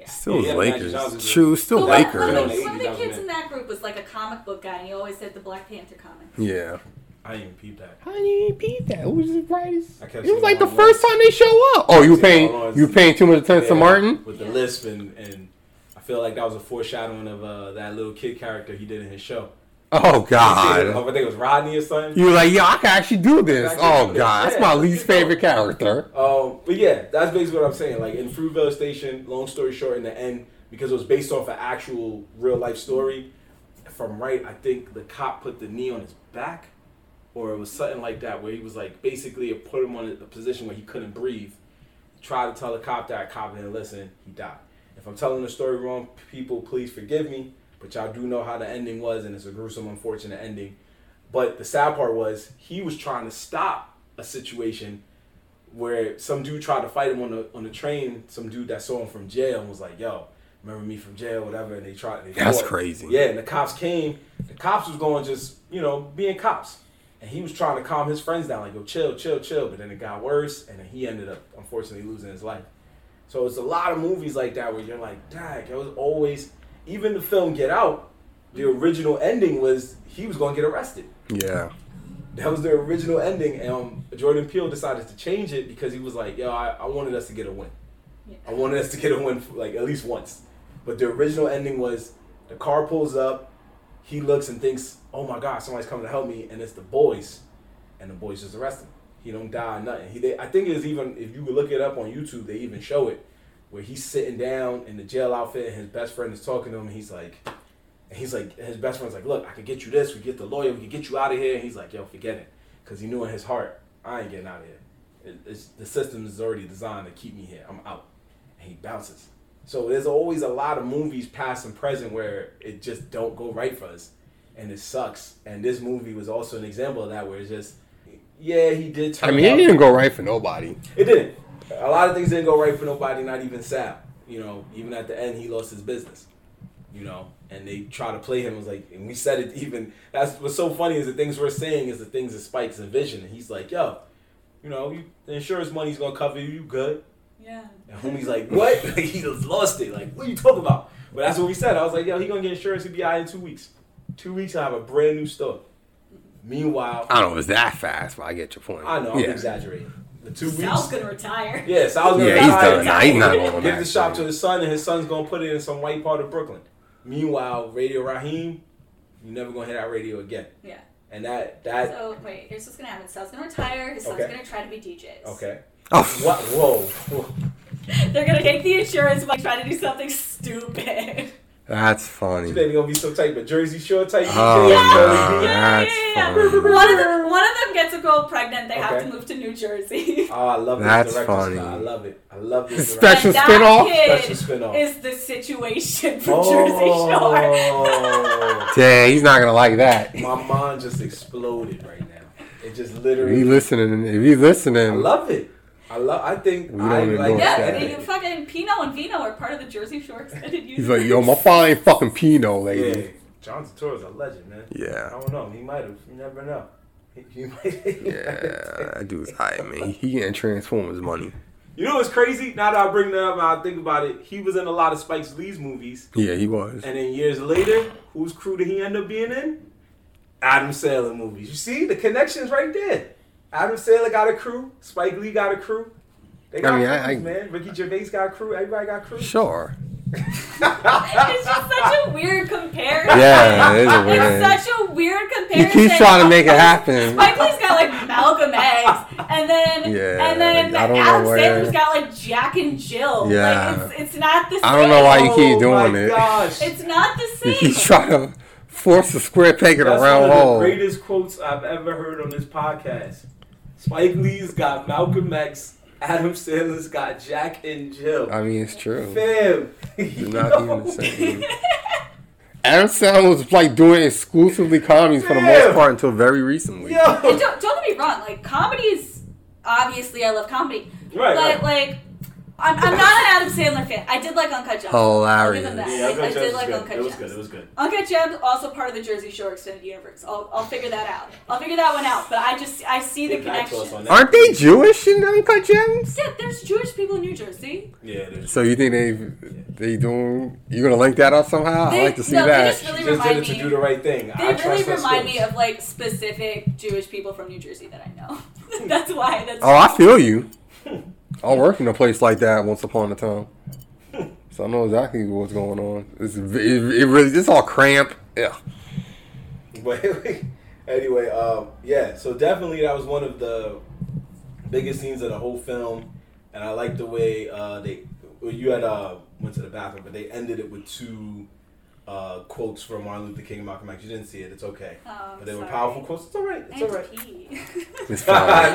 B: Still
A: Yeah, yeah, Magic Johnson
B: Lakers.
A: did.
B: True, still
C: But
A: Lakers.
C: One, one,
A: Yeah,
C: of the, one of the
A: that was
C: kids
A: bad.
C: in that group was like a comic book guy, and he always said the Black Panther comic.
B: Yeah.
A: I didn't even peep that.
B: How did you repeat that? It was the brightest.
A: I
B: It
A: kept
B: was
A: seeing
B: like the
A: all those.
B: first time they show up. Oh,
A: Yeah,
B: you
A: all
B: paying
A: those.
B: you paying too much attention to
A: Yeah,
B: Martin?
A: with the
C: Yeah.
A: lisp and and I feel like that was a foreshadowing of uh, that little kid character he did in his show.
B: Oh
A: I
B: God.
A: think it was Rodney or something.
B: You're like, yo, I can actually do this.
A: actually do
B: Oh
A: this.
B: God, that's
A: Yeah,
B: my
A: let's
B: least
A: go.
B: favorite character.
A: Um, but yeah, that's basically what I'm saying. Like in Fruitvale Station, long story short, in the end, because it was based off an actual real life story, if I'm right, I think the cop put the knee on his back, or it was something like that, where he was like basically it put him on a, a position where he couldn't breathe. Tried to tell the cop that, cop didn't listen, he died. If I'm telling the story wrong, people, please forgive me, but y'all do know how the ending was, and it's a gruesome, unfortunate ending. But the sad part was he was trying to stop a situation where some dude tried to fight him on the on the train. Some dude that saw him from jail and was like, "Yo, remember me from jail, whatever." And they tried. They
B: That's
A: fought.
B: crazy.
A: Yeah, and the cops came. The cops was going just you know being cops, and he was trying to calm his friends down, like, "Yo, chill, chill, chill." But then it got worse, and then he ended up unfortunately losing his life. So it's a lot of movies like that where you're like, "Dag, it was always." Even the film Get Out, the original ending was he was going to get arrested.
B: Yeah.
A: That was their original ending, and um, Jordan Peele decided to change it because he was like, "Yo, I, I wanted us to get a win.
C: Yeah.
A: I wanted us to get a win, like at least once." But the original ending was the car pulls up, he looks and thinks, "Oh my God, somebody's coming to help me," and it's the boys, and the boys just arrest him. He don't die or nothing. He, they, I think it's even if you would look it up on YouTube, they even show it where he's sitting down in the jail outfit, and his best friend is talking to him, and he's like. And he's like, his best friend's like, look, I could get you this. We get the lawyer. We could get you out of here. And he's like, yo, forget it. Because he knew in his heart, I ain't getting out of here. It, it's, the system is already designed to keep me here. I'm out. And he bounces. So there's always a lot of movies, past and present, where it just don't go right for us. And it sucks. And this movie was also an example of that where it's just, yeah, he did turn
B: I mean, it
A: out-
B: didn't go right for nobody.
A: it didn't. A lot of things didn't go right for nobody, not even Sal. You know, even at the end, he lost his business. You know, and they try to play him. It was like, and we said it even. That's what's so funny is the things we're saying is the things that Spike's envision. And he's like, yo, you know, you, the insurance money's gonna cover you. You good?
C: Yeah.
A: And homie's like, what? Like, he just lost it. Like, what are you talking about? But that's what we said. I was like, yo, he gonna get insurance. He'll be out in two weeks. Two weeks, I have a brand new store. Meanwhile,
B: I don't know if it's that fast, but I get your point.
A: I know I'm
B: Yeah.
A: exaggerating. The two
C: Sal's
A: weeks.
C: gonna retire.
A: Yeah, Sal's gonna
B: Yeah, he's
A: die.
B: done. Nah, he's not going
A: Give
B: back.
A: the shop to his son, and his son's gonna put it in some white part of Brooklyn. Meanwhile, Radio Raheem, you never gonna hear that radio again.
C: Yeah.
A: And that that
C: So wait, here's what's gonna happen. Sal's gonna retire. His son's
A: Okay.
C: gonna try to be DJs.
A: okay.
B: Oh,
A: What? Whoa.
C: They're gonna take the insurance by trying to do something stupid.
B: That's
A: You
B: funny.
A: think gonna be some type of Jersey Shore type? DJ?
B: Oh, no,
A: Curly B?
B: that's
C: One
B: funny.
C: of them, one of them gets a girl pregnant. They have
A: Okay.
C: to move to New Jersey.
A: Oh, I love
B: That's
A: this director's
B: funny.
A: cut. I love it. I love this
B: Special-
A: director's
C: And that
B: spin-off?
A: Special
C: Kid
A: spin-off.
C: Is the situation
A: cut.
C: from Jersey Shore?
A: Oh.
B: Dang, he's not gonna like that.
A: My mind just exploded right now. It just
B: If you
A: literally.
B: listening, if you
A: I
B: listening,
A: love it. I love. I think
B: We
A: I
B: don't even
A: like
B: know
C: Yeah,
B: Yeah.
C: and you fucking Pino and Vino are part of the Jersey Shore extended
B: he's
C: universe.
B: like, yo, my father ain't fucking Pino, lady.
A: Yeah, John Turturro's a legend, man. I
B: Yeah,
A: don't know. He might have. You never know. He, he might.
B: yeah, that dude's high, man. He getting Transformers money.
A: You know what's crazy? Now that I bring that up, and I think about it. He was in a lot of Spike Lee's movies,
B: Yeah, he was.
A: and then years later, whose crew did he end up being in? Adam Sandler movies. You see the connections right there. Adam Sandler got a crew. Spike Lee got a crew. They got
B: I mean, I-
A: crews,
B: I-
A: man. Ricky Gervais got a crew. Everybody got crew.
B: Sure,
C: it's just such a weird comparison.
B: Yeah, it is a weird-
C: It's such a weird
B: He
C: comparison.
B: keeps trying to make it happen.
C: Spike Lee's got "Oh, like Malcolm X, and then
B: Yeah,
C: and then
B: I don't know
C: Alexander's
B: where-
C: got like Jack and Jill.
B: Yeah.
C: like, it's, it's not the same.
B: I don't know why you keep
A: oh
B: doing
A: my
B: it.
A: Gosh.
C: It's not the
B: He
C: same.
B: keeps trying to force a square peg in a
A: That's
B: round
A: one of the
B: hole.
A: greatest quotes I've ever heard on this podcast. Spike Lee's got Malcolm X, Adam Sandler's got Jack and Jill.
B: I mean, it's true.
A: Fam,
B: It's
A: you
B: not even
A: know?
B: the same. Adam Sandler was like doing exclusively comedies for the most
A: Yeah.
B: part until very recently.
C: And
A: Yo,
C: don't, don't get me wrong. Like comedy is obviously I love comedy,
A: right,
C: but
A: right.
C: like I'm, I'm not an Adam Sandler fan. I did like Uncut Gems.
B: Hilarious.
C: I'll give him
A: Yeah,
C: I
A: Uncut
C: did
A: Gems
C: like
A: was
C: Uncut
A: good. It was
C: Gems.
A: good. It was good.
C: Uncut Gems also part of the Jersey Shore extended universe. I'll, I'll figure that out. I'll figure that one out. But I just I see the
A: Get back to us on
C: connection.
A: that.
B: Aren't they Jewish in Uncut Gems?
C: Yeah, there's Jewish people in New Jersey.
A: Yeah, it is.
B: So you think they they doing? You gonna link that up somehow? I
C: They-
B: like to see
C: no, they
B: that.
C: just really
A: She just did
C: remind
A: it to
C: me-
A: do the right thing.
C: They
A: I
C: really
A: trust her
C: remind me
A: skills.
C: of like specific Jewish people from New Jersey that I know. that's why. That's
B: Oh, I feel you. I worked in a place like that once upon a time, so I know exactly what's going on. It's it, it really it's all cramp. Yeah,
A: But anyway, um, yeah. So definitely, that was one of the biggest scenes of the whole film, and I like the way uh, they. Well, you had uh, went to the bathroom, but they ended it with two uh, quotes from Martin Luther King and Malcolm X. You didn't see it. It's okay,
C: Oh,
A: but they were
C: sorry.
A: powerful quotes. It's all right.
C: I
A: It's
C: had
A: all
C: to
A: right.
C: pee.
B: it's fine.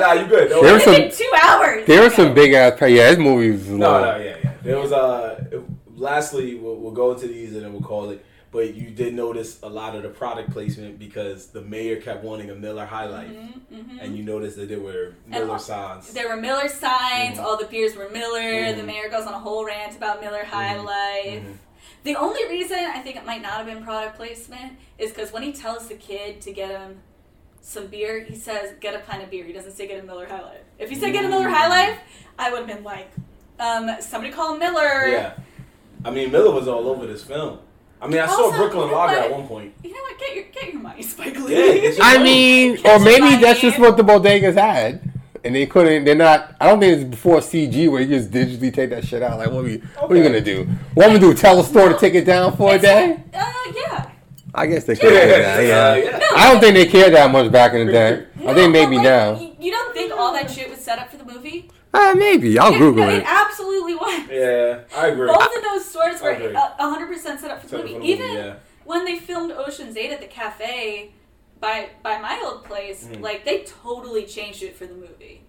A: nah, you good. Don't worry.
B: There was
C: It's
B: some-
C: been two hours.
B: there were some big ass. Pay- yeah, this movie was long.
A: No, no, yeah, yeah. There was uh, lastly, we'll, we'll go into these and then we'll call it. But you did notice a lot of the product placement because the mayor kept wanting a Miller High Life,
C: hmm
A: and you noticed that there were
C: And
A: Miller
C: all-
A: signs.
C: There were Miller signs.
A: Mhm.
C: All the beers were Miller. The
A: Mhm.
C: mayor goes on a whole rant about Miller High
A: Mhm.
C: Life.
B: Mm-hmm.
A: Mhm.
C: The only reason I think it might not have been product placement is because when he tells the kid to get him some beer, he says, get a pint of beer. He doesn't say get a Miller High Life. If he said get a Miller High Life, I would have been like, um, somebody call Miller.
A: Yeah, I mean Miller was all over this film. I mean, I
C: Also,
A: saw Brooklyn
C: you know
A: Lager
C: what?
A: at one point.
C: You know what? Get your get your money, Spike
A: Yeah,
C: Lee.
A: it's just-
B: I mean, or maybe that's just what the bodegas had. And they couldn't. They're not. I don't think it's before CG where you just digitally take that shit out. Like, what are you? What are you
A: Okay.
B: gonna do? What am I gonna do? Tell a store to take it down for a
C: It's
B: day?
C: like, Uh, yeah.
B: I guess they
A: Yeah,
B: could. Yeah,
A: uh,
B: yeah.
A: yeah.
C: No,
B: I don't think they cared that much back in the day. I
C: No,
B: think
C: but,
B: maybe
C: like,
B: now.
C: y- You don't think all that shit was set up for the movie?
B: Uh, maybe I'll
C: It-
B: Google
C: no,
B: it.
C: It absolutely was.
A: Yeah, I agree.
C: Both of those stores were
A: Agreed.
C: uh, 100% set up for the
A: Except for
C: movie.
A: the movie,
C: Even
A: yeah.
C: when they filmed Ocean's 8 at the cafe by by my old place,
A: Mhm.
C: like they totally changed it for the movie.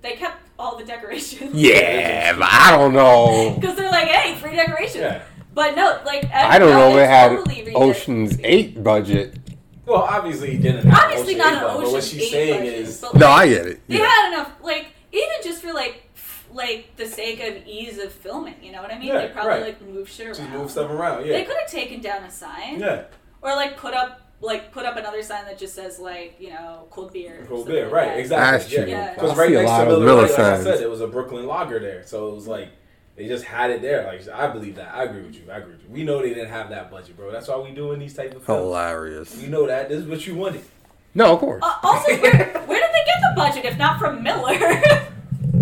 C: They kept all the decorations.
B: Yeah, but I don't know.
C: Because they're like, hey, free decoration.
A: Yeah.
C: But no, like
B: I don't
C: no,
B: know.
C: they
B: It had
C: totally redid-
B: Ocean's Eight budget.
A: Well, obviously he didn't. Have
C: Obviously not an
A: Eight, but
C: Ocean's
A: what she's
C: 8
A: saying
C: budget,
A: is,
C: but,
B: No,
C: like,
B: I get it.
C: They
B: Yeah.
C: had enough, like even just for like f- like the sake of ease of filming. You know what I mean?
A: Yeah,
C: they probably
A: right.
C: like move shit around.
A: she moved stuff around.
C: They
A: Yeah,
C: could have taken down a sign.
A: yeah,
C: Or like put up like put up another sign that just says like you know cold beer. or
A: cool
C: something
A: there,
C: like
A: right?
C: that.
A: Exactly.
B: That's
A: yeah.
C: true.
A: Because
B: I
A: right
B: see a
A: next
B: lot
A: to
B: of
A: Miller,
B: Miller
A: Lite, like I
B: signs.
A: said, it was a Brooklyn Lager there, so it was like they just had it there. Like I believe that. I agree with you. I agree with you. We know they didn't have that budget, bro. That's why we doing these type of films.
B: Hilarious.
A: You know that. This is what you wanted.
B: No, of course.
C: Uh, also, where, where did they get the budget if not from Miller?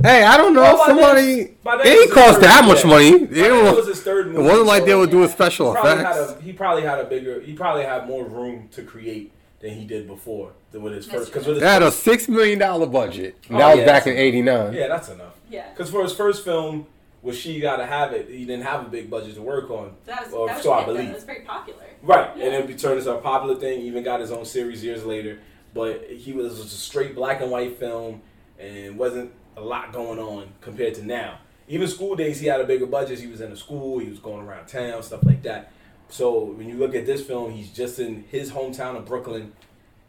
B: Hey, I don't know.
A: Well, by
B: Somebody.
A: by then
B: It
A: it
B: didn't
A: was
B: cost
A: his
B: that
A: third-
B: much
A: yeah.
B: money.
A: I
B: It,
A: mean,
B: don't-
A: it was his third
B: it
A: movie.
B: wasn't like
A: so
B: they were doing
A: he
B: special
A: probably had
B: effects.
A: a he probably had a bigger he probably had more room to create than he did before than with his
C: That's
A: first
C: true.
A: because with his
B: They had a
A: first,
B: six million dollar budget.
A: Oh,
B: that was
A: yeah,
B: back in
A: that's-
B: '89.
A: yeah that's enough
C: yeah.
A: because for his first film was she gotta have it he didn't have a big budget to work on
C: That was,
A: Well,
C: that was
A: so I
C: it, though.
A: believe.
C: It was very popular.
A: right and then it turned into a popular thing even got his own series years later but he was just a straight black and white film and wasn't a lot going on compared to now even school days he had a bigger budget he was in a school he was going around town stuff like that So when you look at this film, he's just in his hometown of Brooklyn,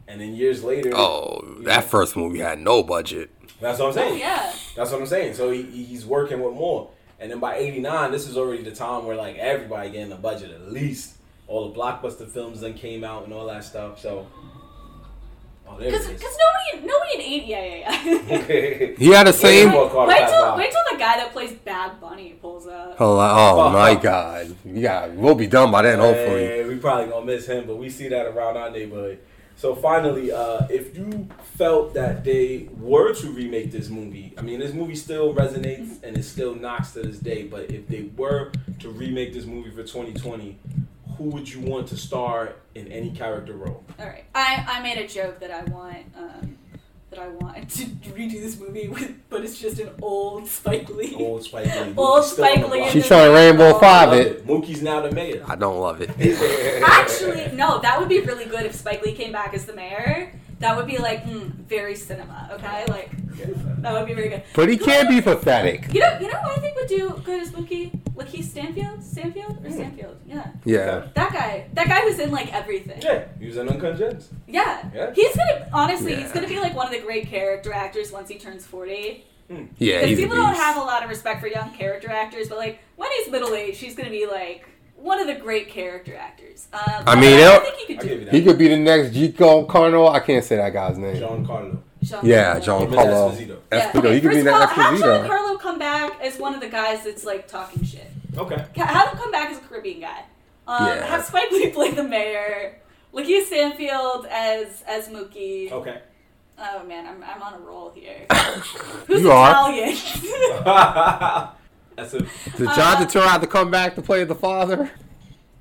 A: and then years later,
B: Oh, that first movie had no budget.
A: that's what I'm
C: Oh
A: saying.
C: yeah.
A: That's what I'm saying. So he, he's working with more, and then by '89, this is already the time where like everybody getting a budget at least. All the blockbuster films then came out and all that stuff. So, oh, there
C: Because
A: it
C: because nobody nobody in eight. Yeah yeah yeah.
A: is.
B: He had the
A: Wait,
B: same.
A: wait,
B: Oh,
A: Walk off
C: wait
A: that
C: till
A: bow.
C: wait till the guy that plays Bad Bunny pulls up.
B: oh
A: Oh.
B: my God! Yeah, we'll be done by then, hopefully.
A: Hey, we probably gonna miss him, but we see that around our neighborhood. So finally, uh, if you felt that they were to remake this movie, I mean, this movie still resonates and it still knocks to this day. But if they were to remake this movie for 2020, who would you want to star in any character role?
C: All right. I, I made a joke that I want um, that I want to redo this movie with, but it's just an old Spike Lee.
A: Old Spike Lee. Mookie's still on the
C: Old Spike Lee.
A: block.
B: She's trying to Rainbow
A: I
B: Five
A: love
B: it.
A: it. Mookie's now the mayor.
B: I don't love it.
C: Actually, no. That would be really good if Spike Lee came back as the mayor. That would be like mm, very cinema. Okay, like that would be very good.
B: But he can't be pathetic.
C: You know, you know who I think would do good as Mookie? Lakeith Stanfield, Stanfield or Stanfield? Yeah,
B: Yeah.
C: that guy. That guy who's in like everything.
A: yeah, he was in Uncut Gems.
C: Yeah.
A: Yeah.
C: He's gonna honestly, he's
B: Yeah.
C: gonna be like one of the great character actors once he turns forty.
B: Yeah,
C: Because
B: he's a
C: people don't
B: beast.
C: have a lot of respect for young character actors, but like when he's middle aged, he's gonna be like one of the great character actors. Um,
B: I mean,
C: I
B: it'll-
C: think he
A: I
C: could do
A: give you
C: it.
A: that.
B: He could be the next Gico Carno. I can't say that guy's name.
A: John Carlo.
C: Sean
B: Yeah,
C: Connery.
B: John
A: Even
B: Carlo.
A: Esposito.
C: Yeah.
B: Esposito. He could be
C: First
B: the
C: of all,
B: next
C: have Sean
B: Esposito.
C: Carlo come back as one of the guys that's like talking shit.
A: Okay.
C: Ca- Have him come back as a Caribbean guy. Um,
B: Yeah.
C: Have Spike Lee play the mayor. Lakeith Stanfield as as Mookie.
A: Okay.
C: Oh man, I'm, I'm on a roll here. Who's
B: You are.
C: Italian?
A: That's a
B: Did John
C: Uh,
B: Turturro have to come back to play the father?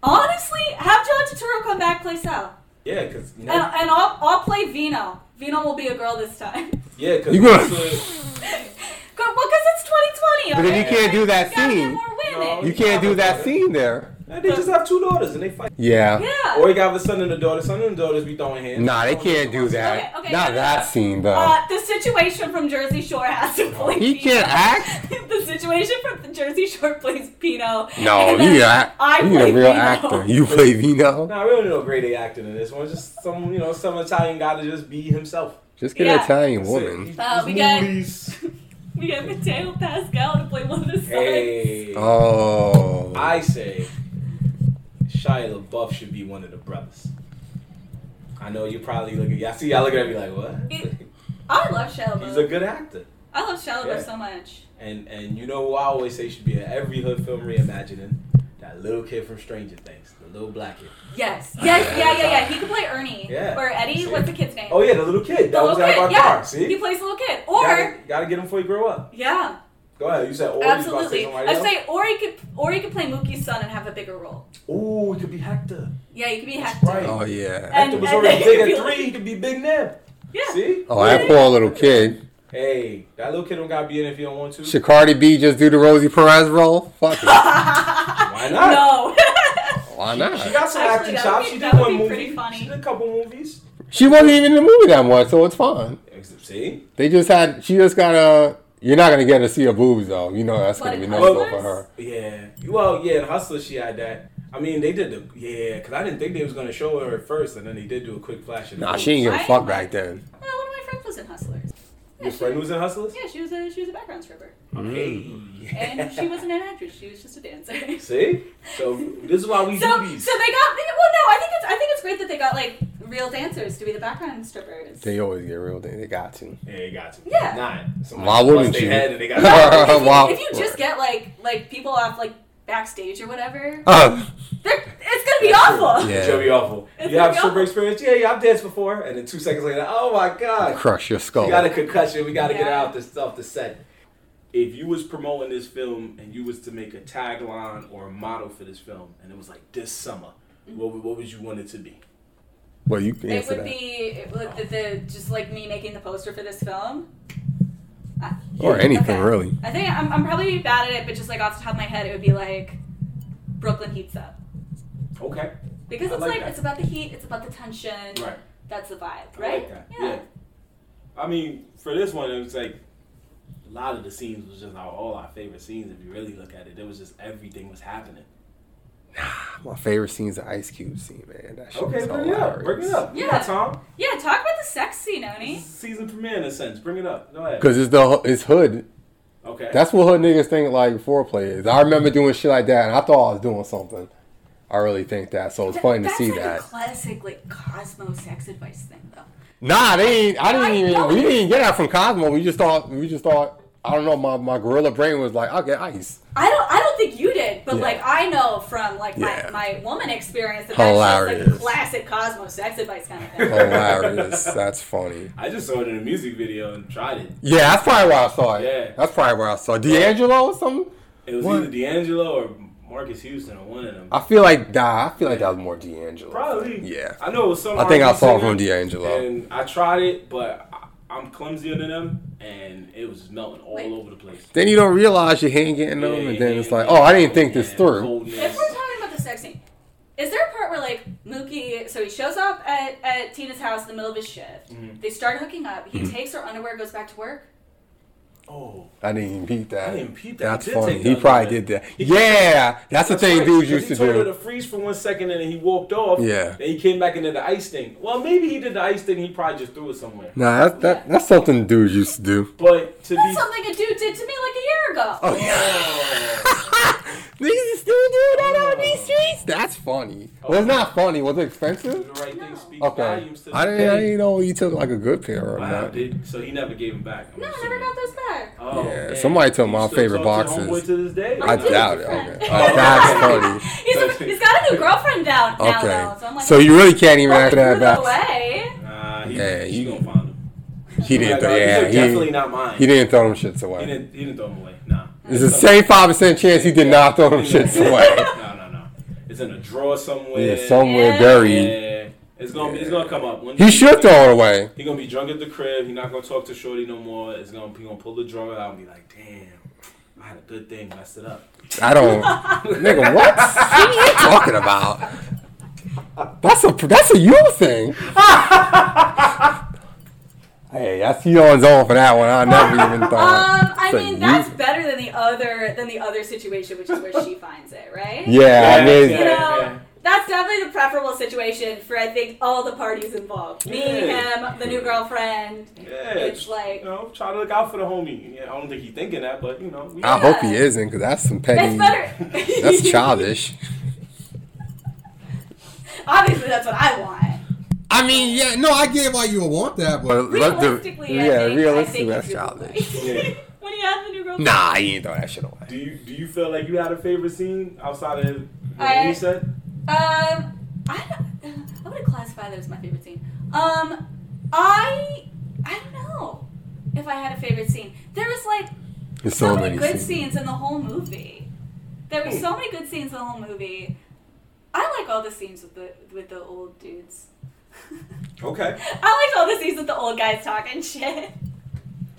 C: Honestly, have John Turturro come back play Sal,
A: yeah, because you
C: and,
A: know,
C: and I'll, I'll play Vino. Vino will be a girl this time.
A: yeah, because
B: You gonna-
C: Well, because it's 2020.
B: But then you
C: okay?
B: can't do that
C: You gotta get
B: scene.
C: more
A: No.
C: women.
B: You can't do that scene there.
A: they just have two daughters and they fight.
B: Yeah.
C: Yeah.
A: Or you got a son and a daughter. Son and daughters be throwing hands.
B: Nah, they can't do that.
C: Okay, okay,
B: Not
C: no, no,
B: that
C: no.
B: scene though.
C: Uh, the situation from Jersey Shore has to play.
B: He
C: Pino.
B: can't act?
C: the situation from the Jersey Shore plays Pino.
B: No,
C: and then
B: you a-
C: I
B: you
C: play
B: a real
C: Pino.
B: actor. You play Vino.
A: Nah, we don't need no great A acting in this one. It's Just some, you know, some Italian guy to just be himself.
B: Just get an
C: Yeah.
B: Italian
A: That's it.
B: woman.
A: These-
C: Uh,
A: these
C: we got-
A: movies.
C: We got Mateo Pascal to play one of the sons.
A: Hey.
B: Oh.
A: I say Shia LaBeouf should be one of the brothers. I know you're probably looking. I see y'all looking at me like, what?
C: I love Shia
A: He's a
C: LaBeouf.
A: good actor.
C: I love Shia LaBeouf
A: Yeah.
C: so much.
A: And and you know who I always say should be in every hood film reimagining? That little kid from Stranger Things, the little black kid.
C: Yes. Yes. Yeah. Yeah. Yeah. He could play Ernie
A: Yeah.
C: or Eddie.
A: See?
C: What's the kid's name?
A: Oh yeah, the little kid. That
C: The
A: was
C: little
A: out of
C: kid,
A: our
C: yeah.
A: car. See,
C: He plays the little kid, or
A: gotta, gotta get him before he grow up.
C: yeah,
A: Go ahead. You said, or
C: absolutely.
A: You was about to say somebody
C: I
A: else?
C: say, or he could, or he could play Mookie's son and have a bigger role.
A: Ooh, it could be Hector.
C: Yeah, he could be
A: That's
C: Hector.
A: right.
B: Oh yeah.
C: And-
A: Hector was
C: and
A: already
C: they
A: big
C: could be
A: at
C: like-
A: three. He could be big now.
C: Yeah.
A: See?
B: Oh, that poor little kid.
A: Hey, that little kid don't gotta be in if he don't want to.
B: Should Cardi B just do the Rosie Perez role? Fuck it.
A: Why not?
C: No.
B: Why
A: She
B: not?
A: got some acting
C: Actually, that would
A: chops.
C: be-
A: She
C: that
A: did
C: would
A: one
C: be
A: movie.
C: pretty funny.
A: She did a couple movies.
B: She wasn't even in the movie that much, so it's fine.
A: See?
B: They just had. She just got a. You're not gonna get to see her boobs though. You know that's gonna
C: What,
B: be
C: in
B: no go for
C: Hustlers?
B: her.
A: Yeah. Well, yeah, in Hustler, she had that. I mean, they did the. Yeah, because I didn't think they was going to show her at first, and then they did do a quick flash. in the
B: Nah,
A: movie.
B: she ain't give a
C: Right?
B: fuck back then.
C: Uh, one of my friends was in Hustlers.
A: Your friend was in Hustlers?
C: Yeah, she was a she was a background stripper,
A: Hey.
C: and she wasn't an actress. She was just a dancer. So,
A: See? So, this is why we
C: so they got well.
A: do
C: No,
A: these.
C: I think it's I think it's great that they got like real dancers to be the background strippers.
B: They always get real. They, they got to.
A: Yeah, you got to.
C: Yeah.
A: Nine.
B: Why wouldn't you?
A: Head and they got
C: No, because if,
B: Wow.
C: you, if you just get like like people off like backstage or whatever,
B: Uh,
C: they're- it's gonna be awful.
B: Yeah.
A: It's gonna be awful.
C: It's
A: you
C: gonna
A: have
C: be
A: stripper
C: awful.
A: experience? Yeah, yeah, I've danced before. And then two seconds later, oh my God.
B: crush your skull.
A: We got a concussion. We got to get
C: Yeah.
A: out this off the set. If you was promoting this film and you was to make a tagline or a motto for this film, and it was like this summer,
C: Mm-hmm.
A: what would, what would you want it to be?
B: well, you can
C: It
B: answer
C: would
B: that.
C: be it would, the, the just like me making the poster for this film. I-
B: or anything
C: okay.
B: really.
C: I think I'm, I'm probably bad at it, but just like off the top of my head, it would be like Brooklyn heats up
A: Okay,
C: because
A: I
C: it's
A: like
C: like,
A: that.
C: it's about the heat, it's about the tension.
A: right.
C: That's the vibe,
A: I
C: right?
A: like that. Yeah. I mean, for this one, it was like a lot of the scenes was just our, all our favorite scenes. If you really look at it, it was just everything was happening.
B: My favorite scene's the Ice Cube scene, man. That shit
A: Okay,
B: was
A: bring it
B: hilarious.
A: up. Bring it up. Yeah,
C: Yeah.
A: Tom.
C: Yeah, talk about the sex scene,
A: This
C: Oni.
A: is Season premiere in a sense. Bring it up. Go ahead.
B: Cause it's the it's hood.
A: Okay.
B: That's what hood niggas think like foreplay is. I remember doing shit like that, and I thought I was doing something. I really think that, so it's funny to
C: That's
B: see
C: like
B: that.
C: A classic like Cosmo sex advice thing, though.
B: Nah, they ain't. I didn't
C: I
B: even.
C: know
B: We
C: it.
B: didn't get that from Cosmo. We just thought. We just thought. I don't know. My my gorilla brain was like, I'll get ice.
C: I don't I don't think you did. did, but
B: Yeah.
C: like I know from like
B: Yeah.
C: my, my woman experience that that's
B: Hilarious.
C: just like classic Cosmo sex advice kind of thing.
B: Hilarious. That's funny.
A: I just saw it in a music video and tried it.
B: Yeah, that's probably where I saw it.
A: Yeah.
B: That's probably where I saw it. D'Angelo or something?
A: It was
B: What?
A: either D'Angelo or Marcus Houston or one of them.
B: I feel like nah, I feel like that was more D'Angelo.
A: Probably.
B: Yeah.
A: I know it was some.
B: I think I
A: R&B
B: saw it
A: singer,
B: from D'Angelo.
A: And I tried it, but I- I'm clumsier than them, and it was melting all
C: Wait.
A: over the place.
B: Then you don't realize your hand getting numb, and then it's like, oh, I didn't think this
A: Yeah,
B: through.
A: coldness.
C: If we're talking about the sex scene, is there a part where like Mookie, so he shows up at, at Tina's house in the middle of his shift.
B: Mm-hmm.
A: Mhm.
C: They start hooking up. He takes her underwear, goes back to work.
A: Oh,
B: I didn't even peep that.
A: I didn't peep that.
B: That's
A: He did
B: funny.
A: take
B: He
A: that
B: probably
A: little
B: did
A: bit.
B: that. Yeah, that's the thing
A: right,
B: dudes
A: 'cause
B: used
A: he
B: to
A: told her
B: do.
A: to freeze for one second, and then he walked off.
B: Yeah.
A: Then he came back and did the ice thing. Well, maybe he did the ice thing. He probably just threw it somewhere.
B: Nah, that, that, that's something dudes used to do.
A: But to
C: That's
A: be,
C: something a dude did to me like a year ago.
B: Oh yeah, niggas still do that on these streets. That's funny. Well, it's not funny. Was it
A: do
B: expensive?
A: the right thing
C: No.
A: speaks
B: Okay,
A: volumes to
B: I
A: the
B: didn't. I
A: day.
B: didn't know you took like a good pair or
A: Wow,
B: not.
A: did, so he never gave him back. I'm
C: no, I
A: assuming.
C: never got those back.
A: Oh,
B: Yeah,
A: man.
B: somebody told
A: You
B: my
A: still
B: favorite
A: talk to
B: boxes.
A: homeboy to this day?
B: I
A: Or no?
B: doubt it.
C: different.
B: Okay, oh, that's funny.
C: he's, a, he's got a new girlfriend down now
B: Okay,
C: though, so I'm like,
B: so you really can't even
C: "Fuck,
B: ask that
C: threw them
B: back.
C: away.
A: Nah, he,
B: Yeah,
A: he's
B: he-
A: gonna find him.
B: He didn't.
A: Like,
B: Throw,
A: uh, these are
B: yeah,
A: definitely
B: he,
A: not mine.
B: he didn't throw them shits
A: He
B: away.
A: didn't. He didn't throw them away. Nah.
B: There's a seventy-five percent chance he did not throw them shits away.
A: No, no, no. It's in a drawer somewhere.
B: Yeah, somewhere
C: Yeah.
B: buried.
A: Yeah. It's gonna. Be, it's gonna come up. One
B: He
A: day.
B: should throw it away.
A: He gonna be drunk at the crib. He not gonna talk to Shorty no more. It's gonna. He gonna pull the drawer out and be like, damn. I had a good thing, messed it up.
B: I don't, nigga. What? what are you talking about? That's a that's a you thing. hey, that's you on zone for that one. I never even thought.
C: Um, I
B: Uh, So
C: mean
B: you-
C: that's better than the other than the other situation, which is where she finds it, right?
B: Yeah, I mean,
C: You know,
A: Yeah.
C: that's definitely the preferable situation for I think all the parties involved. Me,
A: Yeah.
C: him, the new girlfriend.
A: Yeah,
C: It's
A: just,
C: like-
A: you know, try to look out for the homie. Yeah, I don't think he thinking that, but you know, we
B: I hope he isn't, because that's some petty.
C: It's better.
B: That's childish.
C: Obviously, that's what I want.
B: I mean, yeah, no, I get why you would want that, but let the-
C: Realistically, I
B: yeah,
C: think,
B: realistically,
C: I
B: that's
C: think
B: childish.
A: Yeah.
C: when he has the new girlfriend.
B: Nah, he ain't throw that shit away.
A: Do you do you feel like you had a favorite scene outside of what
C: I-
A: he said?
C: Um, I, don't- I would classify that as my favorite scene. Um, I I don't know if I had a favorite scene. There was like
B: There's
C: so, many, good scenes in the whole movie. There were so many good scenes in the whole movie. I like all the scenes with the with the old dudes.
A: Okay.
C: I liked all the scenes with the old guys talking shit.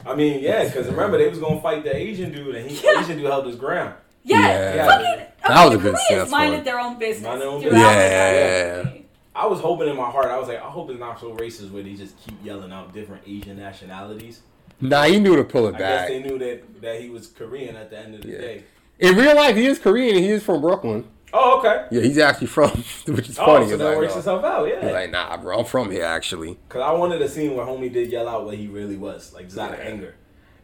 A: I mean, yeah, because remember they was gonna fight the Asian dude, and he the
C: Yeah.
A: Asian dude held his ground.
C: Yeah,
B: Yeah.
C: fucking.
B: That was
C: okay,
B: a good
C: the
B: scene,
C: Koreans
B: that's
C: minded
B: fine.
C: their own business.
A: Mind their own
C: throughout the
B: business.
C: entire
B: Yeah.
C: movie.
A: I was hoping in my heart, I was like, I hope it's not so racist where they just keep yelling out different Asian nationalities.
B: Nah, he knew to pull it
A: I guess
B: back.
A: they knew that that he was Korean at the end of the
B: Yeah.
A: day.
B: In real life, he is Korean and he is from Brooklyn.
A: Oh, okay.
B: Yeah, he's actually from, which is
A: oh,
B: funny.
A: so
B: He's
A: that
B: like,
A: works
B: "No."
A: itself out,
B: He's
A: yeah.
B: like, nah, bro, I'm from here actually.
A: Because I wanted a scene where homie did yell out what he really was, like just out of
B: Yeah.
A: anger.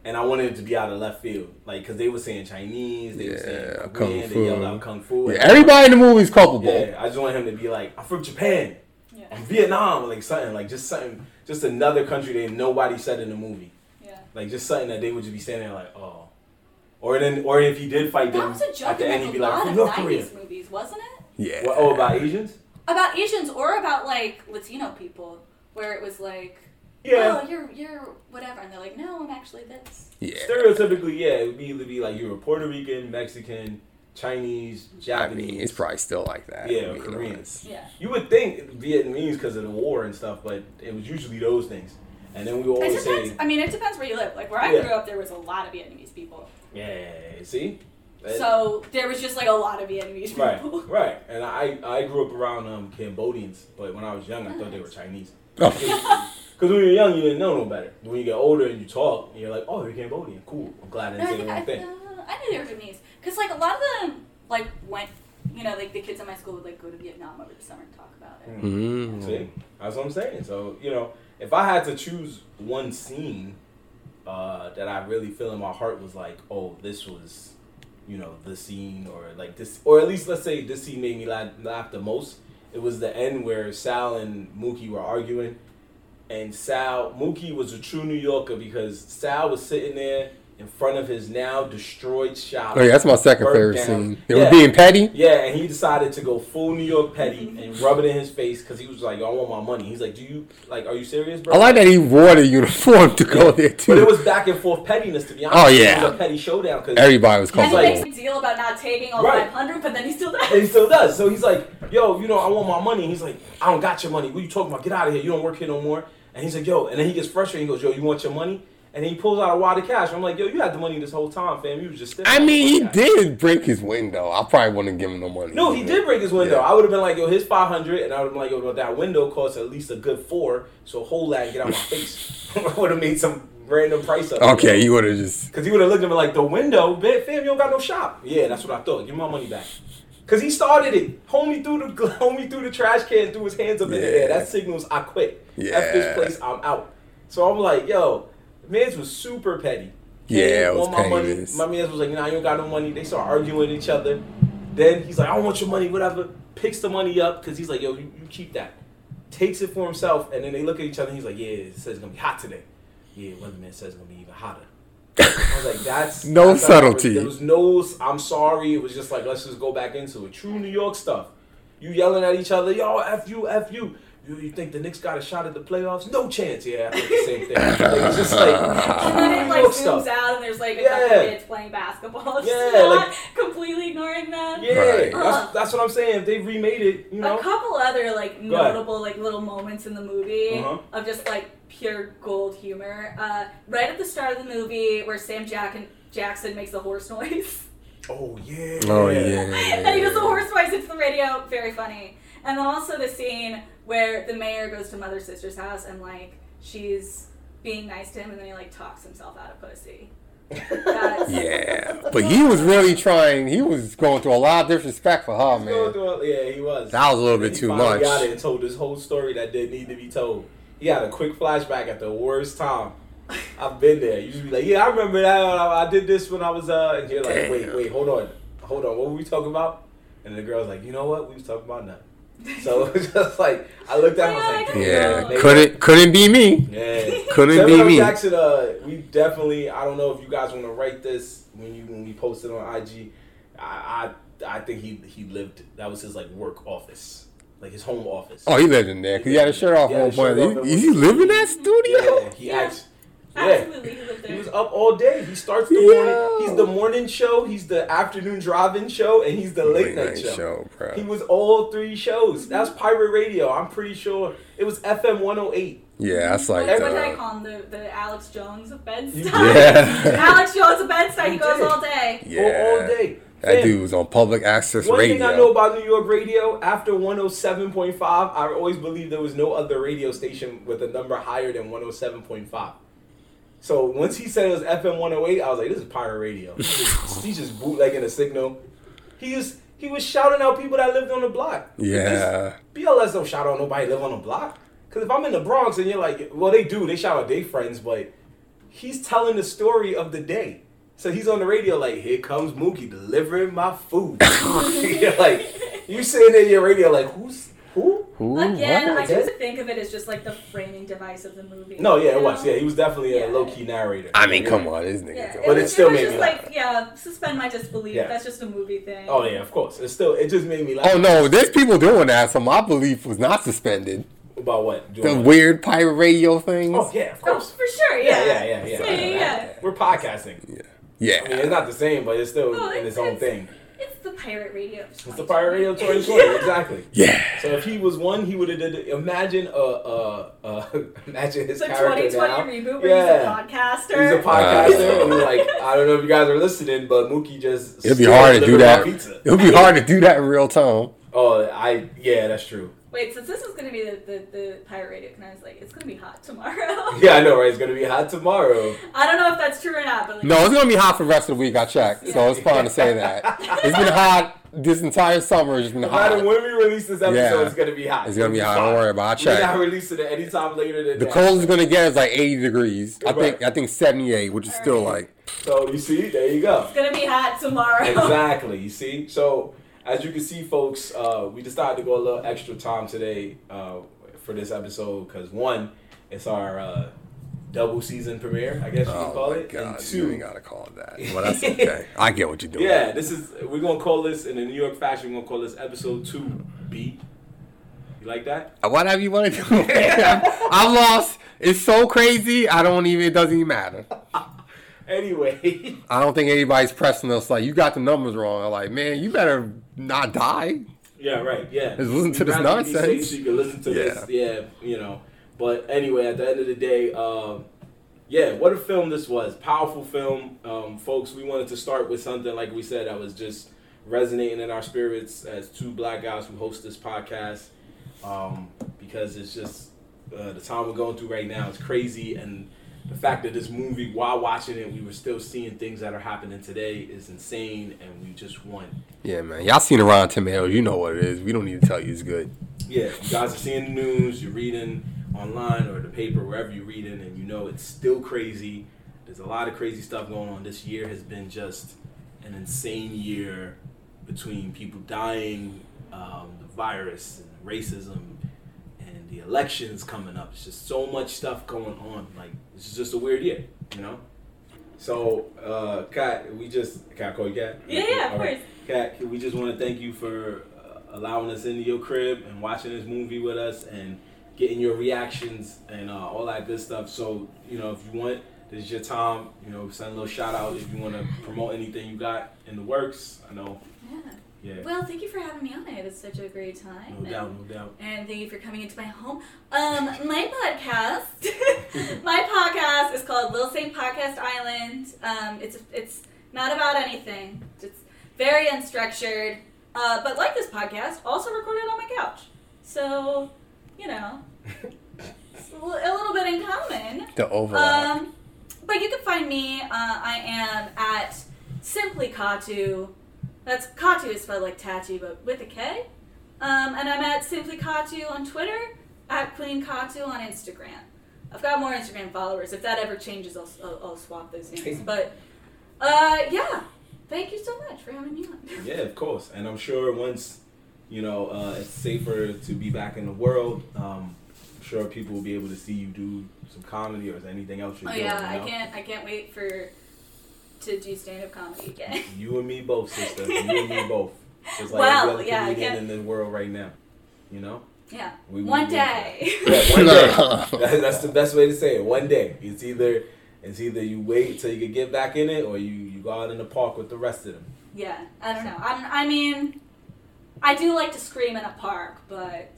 A: And I wanted it to be out of left field, like because they were saying Chinese, they were saying
B: Yeah,
A: Korean,
B: Kung
A: they yelled
B: Fu.
A: out kung fu.
B: Yeah,
A: and-
B: everybody in the movie is culpable.
A: Yeah, I just want him to be like, I'm from Japan,
C: Yeah.
A: I'm Vietnam, or like something, like just something, just another country that nobody said in the movie,
C: Yeah.
A: like just something that they would just be standing there like, oh, or then, or if he did fight
C: That
A: them
C: was a joke
A: at the end, he'd
C: in
A: be
C: a
A: like,
C: lot
A: "I'm
C: of
A: from North Korea.
C: '90s movies, wasn't it?
B: Yeah.
A: What, oh, about Asians?
C: About Asians or about like Latino people, where it was like,
A: Yeah,
C: "Oh, you're you're whatever," and they're like, "No, I'm actually this."
B: Yeah.
A: stereotypically, yeah, it would be either be like you were Puerto Rican, Mexican, Chinese,
B: I
A: Japanese.
B: mean, it's probably still like that.
A: Yeah,
B: I mean,
A: Koreans.
C: Yeah.
A: You would think Vietnamese because of the war and stuff, but it was usually those things. And then we
C: It
A: always
C: depends.
A: say,
C: I mean, it depends where you live. Like where I
A: Yeah.
C: grew up, there was a lot of Vietnamese people,
A: yeah, see? That-
C: so there was just like a lot of Vietnamese
A: Right,
C: people.
A: right. And I, I grew up around um, Cambodians, but when I was young, I thought they were Chinese.
B: Oh,
A: Because when you're young, you didn't know no better. When you get older and you talk, you're like, oh, you're Cambodian. Cool. I'm glad I
C: No, I
A: didn't say
C: think
A: the
C: I,
A: wrong thing.
C: uh, I knew they were Vietnamese because like a lot of them like went, you know, like the kids in my school would like go to Vietnam over the summer and talk about
A: Hmm.
C: it.
B: mm.
A: See? That's what I'm saying. So, you know, if I had to choose one scene uh, that I really feel in my heart was like, oh, this was, you know, the scene, or like this, or at least let's say this scene made me laugh, laugh the most, it was the end where Sal and Mookie were arguing. And Sal, Mookie was a true New Yorker because Sal was sitting there in front of his now destroyed shop.
B: Oh yeah, that's my second
A: Burnt
B: favorite
A: down.
B: scene. They
A: Yeah.
B: were being petty.
A: Yeah, and he decided to go full New York petty and rub it in his face because he was like, "Yo, I want my money." He's like, "Do you like? Are you serious, bro?"
B: I like that he wore the uniform to go there too.
A: But it was back and forth pettiness, to be honest.
B: Oh, yeah.
A: it was a petty showdown because
B: Everybody was
C: And he
A: like-
B: comfortable.
C: makes a deal about not taking all
A: Right.
C: 500, but then he still
A: and he
C: does.
A: still does. So he's like, "Yo, you know, I want my money." And he's like, "I don't got your money. What you talking about? Get out of here. You don't work here no more." And he's like, "Yo," and then he gets frustrated. He goes, "Yo, you want your money?" And then he pulls out a wad of cash. I'm like, "Yo, you had the money this whole time, fam. You was just."
B: I mean, he
A: Yeah.
B: did break his window. I probably wouldn't give him no money.
A: No, he did break his window.
B: Yeah.
A: I would have been like, yo, his 500, and I would have been like, yo, well, that window costs at least a good four, so hold that and get out my face. I would have made some random price up.
B: Okay, you would have just.
A: Because he would have looked at me like, the window? Bit, fam, you don't got no shop. Yeah, that's what I thought. Give me my money back. Because he started it. Homie threw, the, homie threw the trash can, threw his hands up in the air.
B: Yeah.
A: That signals I quit. F
B: Yeah.
A: this place, I'm out. So I'm like, yo, Miz was super petty.
B: Yeah,
A: He
B: it was
A: want my money.
B: pettiness.
A: My man was like, nah, you don't got no money. They start arguing with each other. Then he's like, I want your money, whatever. Picks the money up because he's like, yo, you, you keep that. Takes it for himself, and then they look at each other. and He's like, yeah, it says it's gonna be hot today. Yeah, weatherman says it's gonna be even hotter. I was like, that's
B: No
A: that's not-
B: subtlety.
A: There was no. I'm sorry. It was just like let's just go back into it. True New York stuff. You yelling at each other, yo, f you, f you. You, you think the Knicks got a shot at the playoffs? No chance. Yeah, I think the same thing. Like, it's just like
C: And then it
A: New
C: like
A: York
C: zooms
A: stuff.
C: out and there's like a
A: Yeah.
C: couple kids playing basketball. It's
A: Yeah,
C: not
A: like-
C: completely ignoring them.
A: Yeah,
B: Right.
A: that's, that's what I'm saying. If they remade it, you know.
C: A couple other like
A: Go ahead.
C: notable like little moments in the movie
A: Uh-huh.
C: of just like pure gold humor. Uh, right at the start of the movie, where Sam Jack and Jackson makes a horse noise,
A: Oh yeah.
B: Oh yeah.
C: and he does the horse noise into the radio. Very funny. And then also the scene where the mayor goes to Mother Sister's house and like she's being nice to him, and then he like talks himself out of pussy. That's
B: Yeah, but he was really trying. He was going through a lot of disrespect for her,
A: Going
B: man.
A: through it- Oh, Yeah, he was.
B: That was a little
A: He
B: bit too
A: finally
B: much.
A: Got it and told this whole story that didn't need to be told. He had a quick flashback at the worst time. I've been there. You just be like, yeah, I remember that. I, I did this when I was uh, and you're like, wait,
B: Damn.
A: wait, hold on, hold on. What were we talking about? And the girl's like, you know what? We was talking about nothing. So it was just like, I looked at him. I was like,
B: Yeah,
A: maybe-
B: couldn't couldn't be me.
A: Yeah.
B: Couldn't
A: Samuel
B: be me.
A: Jackson, uh, we definitely. I don't know if you guys want to write this when you when we post it on IG. I I, I think he he lived. That was his like work office, like his home office.
B: Oh, he lived in there because he had a shirt off
A: Yeah,
B: one
A: his shirt
B: point.
A: off at
B: Is he
A: one-
B: live in that studio?
A: yeah, he
C: Yeah.
A: acts. Yeah.
C: Absolutely, he lived
A: He
C: there.
A: was up all day. He starts the
B: Yo.
A: morning. He's the morning show. He's the afternoon drive-in show, and he's the late, night, show.
B: bro.
A: He was all three shows. That's pirate radio. I'm pretty sure it was FM 108.
B: Yeah, that's like uh,
C: Or what did I
A: uh,
B: the,
C: call him? The, the Alex Jones of
A: You-
C: Bed-Stuy.
B: yeah.
C: Alex Jones of Bed-Stuy. He
A: You
C: goes
A: did.
C: all day.
A: All- All,
B: Yeah.
A: day.
B: That
A: Fam,
B: dude was on public access
A: One thing I
B: radio.
A: know about New York radio, after 107.5, I always believed there was no other radio station with a number higher than 107.5. So once he said it was FM 108, I was like, this is pirate radio. He's just, he's just bootlegging a signal. He was, he was shouting out people that lived on the block.
B: Yeah.
A: BLS don't shout out nobody live on the block. Because if I'm in the Bronx and you're like, well, they do, they shout out their friends, but he's telling the story of the day. So he's on the radio like, here comes Mookie delivering my food. you're like, you sitting there in your radio like, who's, who?
B: Who?
C: Again,
B: What?
C: I just think of it as just like the framing device of the movie.
A: No, yeah,
C: you
A: it was.
C: know?
A: Yeah, he was definitely a
C: Yeah.
A: low-key narrator.
B: I mean, come on, this nigga.
C: Yeah,
B: don't-
A: But it
C: was-
A: still
C: was
A: made
C: just
A: me laugh.
C: like, yeah, suspend my disbelief.
A: Yeah.
C: That's just a movie thing.
A: Oh, yeah, of course. It still, it just made me laugh.
B: Oh no, there's people doing that, so my belief was not suspended.
A: About what? Doing
B: The
A: what?
B: weird pirate radio things.
A: Oh, yeah, of
C: Oh,
A: course.
C: for sure.
A: Yeah, yeah,
C: Yeah.
A: yeah, yeah.
C: Yeah, yeah, yeah.
A: We're podcasting.
B: Yeah.
A: I mean, it's not the same, but it's still
C: No,
A: in
C: Oh, it's-
A: its own
C: it's-
A: thing.
C: It's the pirate radio. of
A: It's the pirate radio 2020, exactly.
B: yeah.
A: So if he was one, he would have did. Imagine, uh, uh, uh imagine his
C: The
A: character
C: 2020
A: now.
C: reboot where
A: yeah,
C: he's a podcaster.
A: he's a podcaster,
B: Wow.
A: and like I don't know if you guys are listening, but Mookie just
B: It'd be
A: stole
B: hard to do
A: delivered my
B: that.
A: Pizza.
B: It would be hard to do that in real time.
A: Oh, I yeah, that's true.
C: Wait, since this is going to be the, the, the pirate radio, can I was like, it's going to be hot tomorrow.
A: Yeah, I know, right? It's gonna be hot tomorrow.
C: I don't know if that's true or not, but like,
B: No, it's gonna be hot for the rest of the week. I checked, so it's fine to say that. It's been hot this entire summer. It's been
A: No matter
B: hot.
A: when we release this episode,
B: Yeah.
A: it's gonna be hot.
B: It's gonna be hot. Don't
A: fine.
B: worry about. it. I
A: We're not
B: checked.
A: releasing it anytime later than
B: The
A: that.
B: coldest it's gonna get is like 80 degrees. I
A: Right.
B: think I think 78, which is still like
A: So you see, there you go.
C: it's going to be hot tomorrow.
A: exactly. You see, so as you can see, folks, uh, we decided to go a little extra time today uh, for this episode because one, it's our uh, double season premiere, I guess you
B: Oh
A: could call
B: my
A: it.
B: god,
A: and
B: you
A: two,
B: ain't gotta call it that. Well, that's okay. I get what you're doing.
A: yeah, this is we're gonna call this in the New York fashion. We're gonna call this episode two B. You like that?
B: Uh, Whatever you want to do. I'm lost. It's so crazy. I don't even. It doesn't even matter.
A: Anyway,
B: I don't think anybody's pressing us. Like you got the numbers wrong. I'm like, man, you better not die.
A: yeah, right, yeah.
B: Just listen to
A: You'd
B: this
A: rather be
B: nonsense.
A: safe so you can listen to this, yeah, you know. But anyway, at the end of the day, um, yeah, what a film this was. Powerful film, um, folks. We wanted to start with something like we said that was just resonating in our spirits as two black guys who host this podcast, um, because it's just uh, the time we're going through right now is crazy, and the fact that this movie, while watching it, we were still seeing things that are happening today is insane, and we just want
B: Yeah, man. Y'all seen around tomatoes. You know what it is. We don't need to tell you it's good.
A: yeah, you guys are seeing the news, you're reading online or the paper, wherever you're reading, and you know it's still crazy. There's a lot of crazy stuff going on. This year has been just an insane year between people dying, um, the virus, and racism, and the elections coming up. It's just so much stuff going on. Like, this is just a weird year, you know? So, uh, Kat, we just, can I call you Kat?
C: Yeah, yeah, of
A: All right.
C: course.
A: Kat, we just want to thank you for uh, allowing us into your crib and watching this movie with us and getting your reactions and uh, all that good stuff. So, you know, if you want, this is your time. You know, send a little shout out if you want to promote anything you got in the works. I know.
C: Yeah.
A: Yeah.
C: Well, thank you for having me on. I had such a great time.
A: No
C: and-
A: doubt, no doubt.
C: And thank you for coming into my home. Um, my podcast, my podcast is called Lil Saint Podcast Island. Um, it's it's not about anything. It's very unstructured. Uh, but like this podcast, also recorded on my couch. So, you know, it's a li- a little bit in common.
B: The overlap.
C: Um, but you can find me. Uh, I am at simply Katu. That's Katu is spelled like tattoo, but with a K. Um, and I'm at simply Katu on Twitter, at Queen Katu on Instagram. I've got more Instagram followers. If that ever changes, I'll, I'll, I'll swap those names. But uh, yeah, thank you so much for having me on.
A: Yeah, of course. And I'm sure once, you know, uh, it's safer to be back in the world, um, I'm sure people will be able to see you do some comedy or anything else you're
C: Oh
A: doing.
C: yeah,
A: you
C: I
A: know?
C: can't I can't wait for to do stand up comedy again.
A: You and me both, sister. You and me both. Just like
C: Wow,
A: every other
C: yeah, I
A: comedian
C: can't-
A: in the world right now. You know?
C: Yeah,
A: We- we-
C: one
A: we-
C: day.
A: Yeah, one day. That- That's the best way to say it. One day. It's either it's either you wait till you can get back in it or you, you go out in the park with the rest of them.
C: Yeah, I don't know. I'm, I mean, I do like to scream in a park, but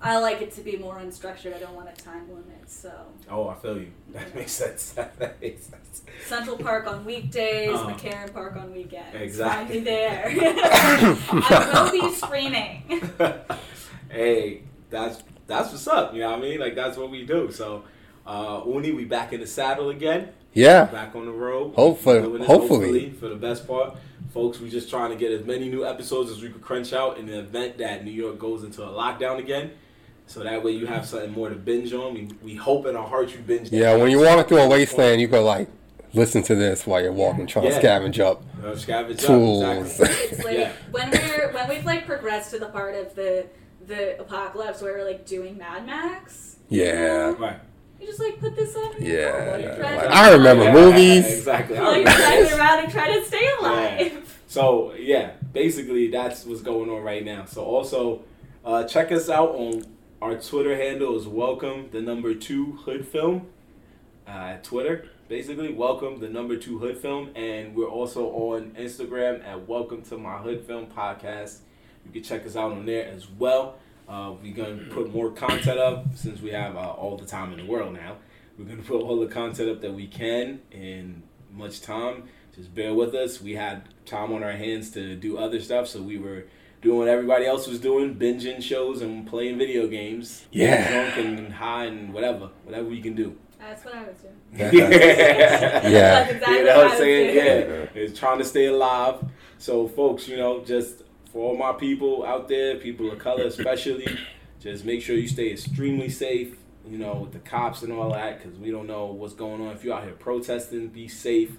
C: I like it to be more unstructured. I don't want a time limit. So
A: Oh, I feel you. That makes sense. That makes sense.
C: Central Park on weekdays,
B: Oh.
A: Um,
C: McCarran Park on weekends.
A: exactly.
C: Find me there. I will be screaming.
A: hey, that's that's what's up. You know what I mean? Like that's what we do. So, uh, Uni, we back in the saddle again.
B: yeah.
A: Back on the road.
B: Hopefully-
A: Doing this
B: hopefully.
A: for the best part, folks. We just trying to get as many new episodes as we could crunch out in the event that New York goes into a lockdown again. So that way you have something more to binge on. We, we hope in our hearts you binge. that.
B: Yeah. When you're walking through a wasteland, you go like, listen to this while you're walking, trying
A: Yeah.
B: to scavenge up
A: You know, scavenge up.
B: tools.
A: Exactly.
C: It's like
A: Yeah.
C: when we're when we've like progressed to the part of the the apocalypse where we're like doing Mad Max.
B: yeah.
A: Right.
C: You just like put this on. your phone,
B: Yeah.
C: you try
B: Like,
C: to-
B: I remember
A: Yeah,
B: movies.
A: Exactly. I
C: While you're
A: remember this.
C: driving around and try to stay alive.
A: So yeah, basically that's what's going on right now. So also uh, check us out on our Twitter handle is welcome the number two hood film uh, Twitter. Basically, welcome the number two hood film, and we're also on Instagram at welcome to my hood film podcast. You can check us out on there as well. Uh, we're gonna put more content up since we have uh, all the time in the world now. We're gonna put all the content up that we can in much time. Just bear with us. We had time on our hands to do other stuff, so we were doing what everybody else was doing, binging shows and playing video games.
B: Yeah.
A: Drunk and high and whatever. Whatever we can do.
C: That's what I was doing.
A: yeah.
B: Yeah.
C: That's exactly
A: you know
C: what
A: what
C: I
A: I'm
C: was
A: saying?
C: doing.
A: Yeah. It's trying to stay alive. So, folks, you know, just for all my people out there, people of color especially, just make sure you stay extremely safe, you know, with the cops and all that, because we don't know what's going on. If you're out here protesting, be safe,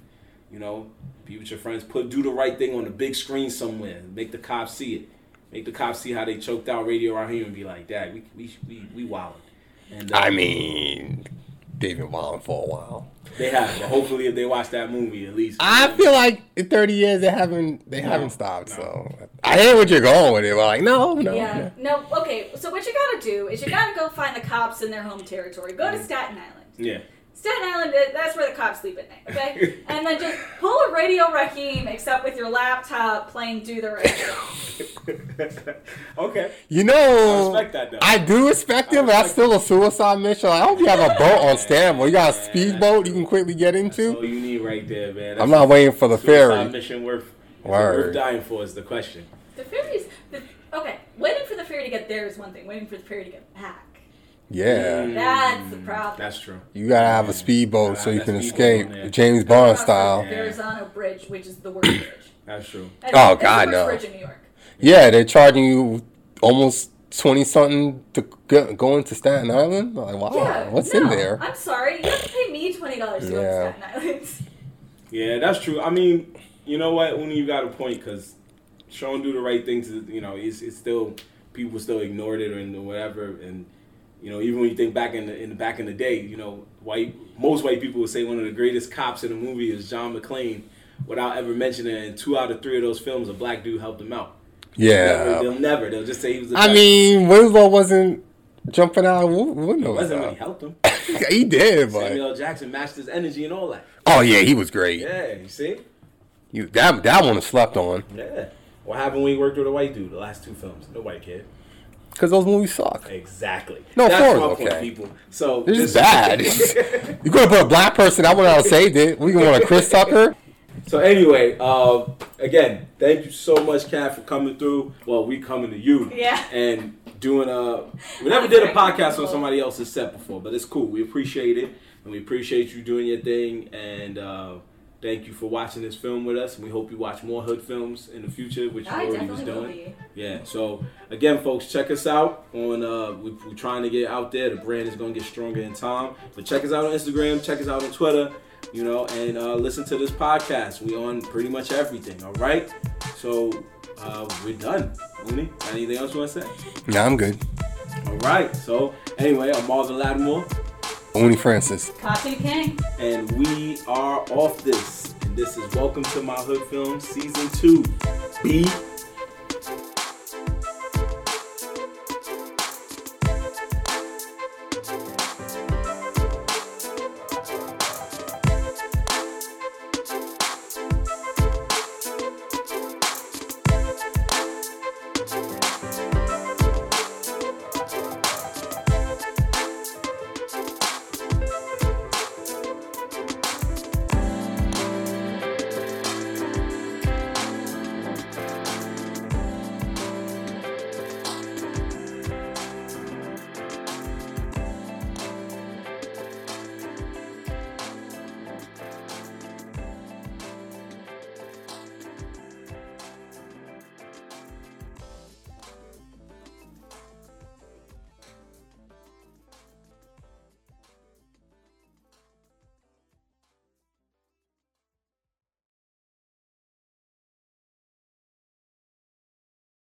A: you know, be with your friends. Put Do the right thing on the big screen somewhere. Make the cops see it. Make the cops see how they choked out radio out here and be like, Dad, we, we, we, we wildin'. And, uh,
B: I mean, they've been wilding for a while.
A: They have, but hopefully, if they watch that movie, at least
B: I feel like in 30 years they haven't they haven't stopped. So I hear what you're going with it. But like no, no,
C: Yeah.
B: no.
C: No. Okay. So what you gotta do is you gotta go find the cops in their home territory. Go to
B: Mm.
C: Staten Island.
A: yeah.
C: Staten Island. that- That's where the cops sleep at night. Okay. and then just pull a Radio Raheem, except with your laptop playing "Do the Right." Thing.
A: okay.
B: You know,
A: I respect that, though.
B: Um, I do respect
A: I
B: it, but that's
A: respect
B: still a suicide mission. I hope you have a boat on standby. You got a
A: Yeah,
B: speedboat
A: that's
B: you can quickly get
A: That's all
B: into.
A: you need right there, man. That's
B: I'm not waiting for the
A: suicide
B: ferry.
A: Mission worth, is it
B: Word.
A: worth dying for is the question.
C: The ferries. The, okay. Waiting for the ferry to get there is one thing. Waiting for the ferry to get back.
A: Mm.
B: Yeah,
C: That's the problem.
A: That's true.
B: you gotta have a speedboat so you
A: Got
B: can
A: that speedboat
B: escape,
A: on there.
B: James Bond
C: Across the
B: style.
A: Yeah.
C: Arizona Bridge, which is the worst bridge.
A: That's true.
C: That's-
B: Oh,
C: that's
B: God,
C: the worst
B: no.
C: Bridge in New York.
B: Yeah, they're charging you almost twenty something to go, go into Staten Island. Like, wow,
C: Yeah,
B: Oh, what's in
C: no,
B: there?
C: I'm sorry. You have to pay me twenty dollars to go
B: Yeah.
C: to Staten Island.
A: Yeah, that's true. I mean, you know what? Uni, you got a point because Sean do the right things. is, You know, it's, it's still people still ignored it or whatever. And you know, even when you think back in the in the back in the day, you know, white most white people would say one of the greatest cops in the movie is John McClane, without ever mentioning it. In two out of three of those films, a black dude helped him out. Never-
B: yeah,
A: they'll never. They'll just say he was. the
B: I
A: best.
B: mean, Winslow wasn't jumping out of wi-
A: it
B: windows.
A: wasn't when he
B: though.
A: helped him.
B: he did, but
A: Samuel L. Jackson matched his energy and all that.
B: oh yeah, he was great.
A: Yeah, you see.
B: You, that that one was slept on
A: Yeah. What happened when he worked with a white dude? The last two films, no white kid.
B: because those movies suck.
A: Exactly.
B: No,
A: That's
B: Ford's
A: my point,
B: okay.
A: people. So
B: This is bad. you could have put a black person. That would have saved it. We can want a Chris Tucker.
A: so anyway, uh, again, thank you so much, Kat, for coming through. Well, we coming to you.
C: Yeah.
A: And doing a we never
C: was
A: did a podcast
C: very
A: on
C: comfortable.
A: somebody else's set before, but it's cool. We appreciate it, and we appreciate you doing your thing. And uh, thank you for watching this film with us. And we hope you watch more hood films in the future, which you
C: I
A: already was
C: definitely
A: doing.
C: will be.
A: Yeah. So again, folks, check us out on. Uh, we, we're trying to get out there. The brand is gonna get stronger in time. But check us out on Instagram. Check us out on Twitter. You know, and uh, listen to this podcast. We on pretty much everything. All right. So uh, we're done. Uni, got anything else you want to say?
B: Nah, I'm good.
A: All right. So anyway, I'm Marvin Lattimore,
B: Only Francis.
C: Coffee King.
A: and we are off this. And this is Welcome to My Hood Film Season Two. Be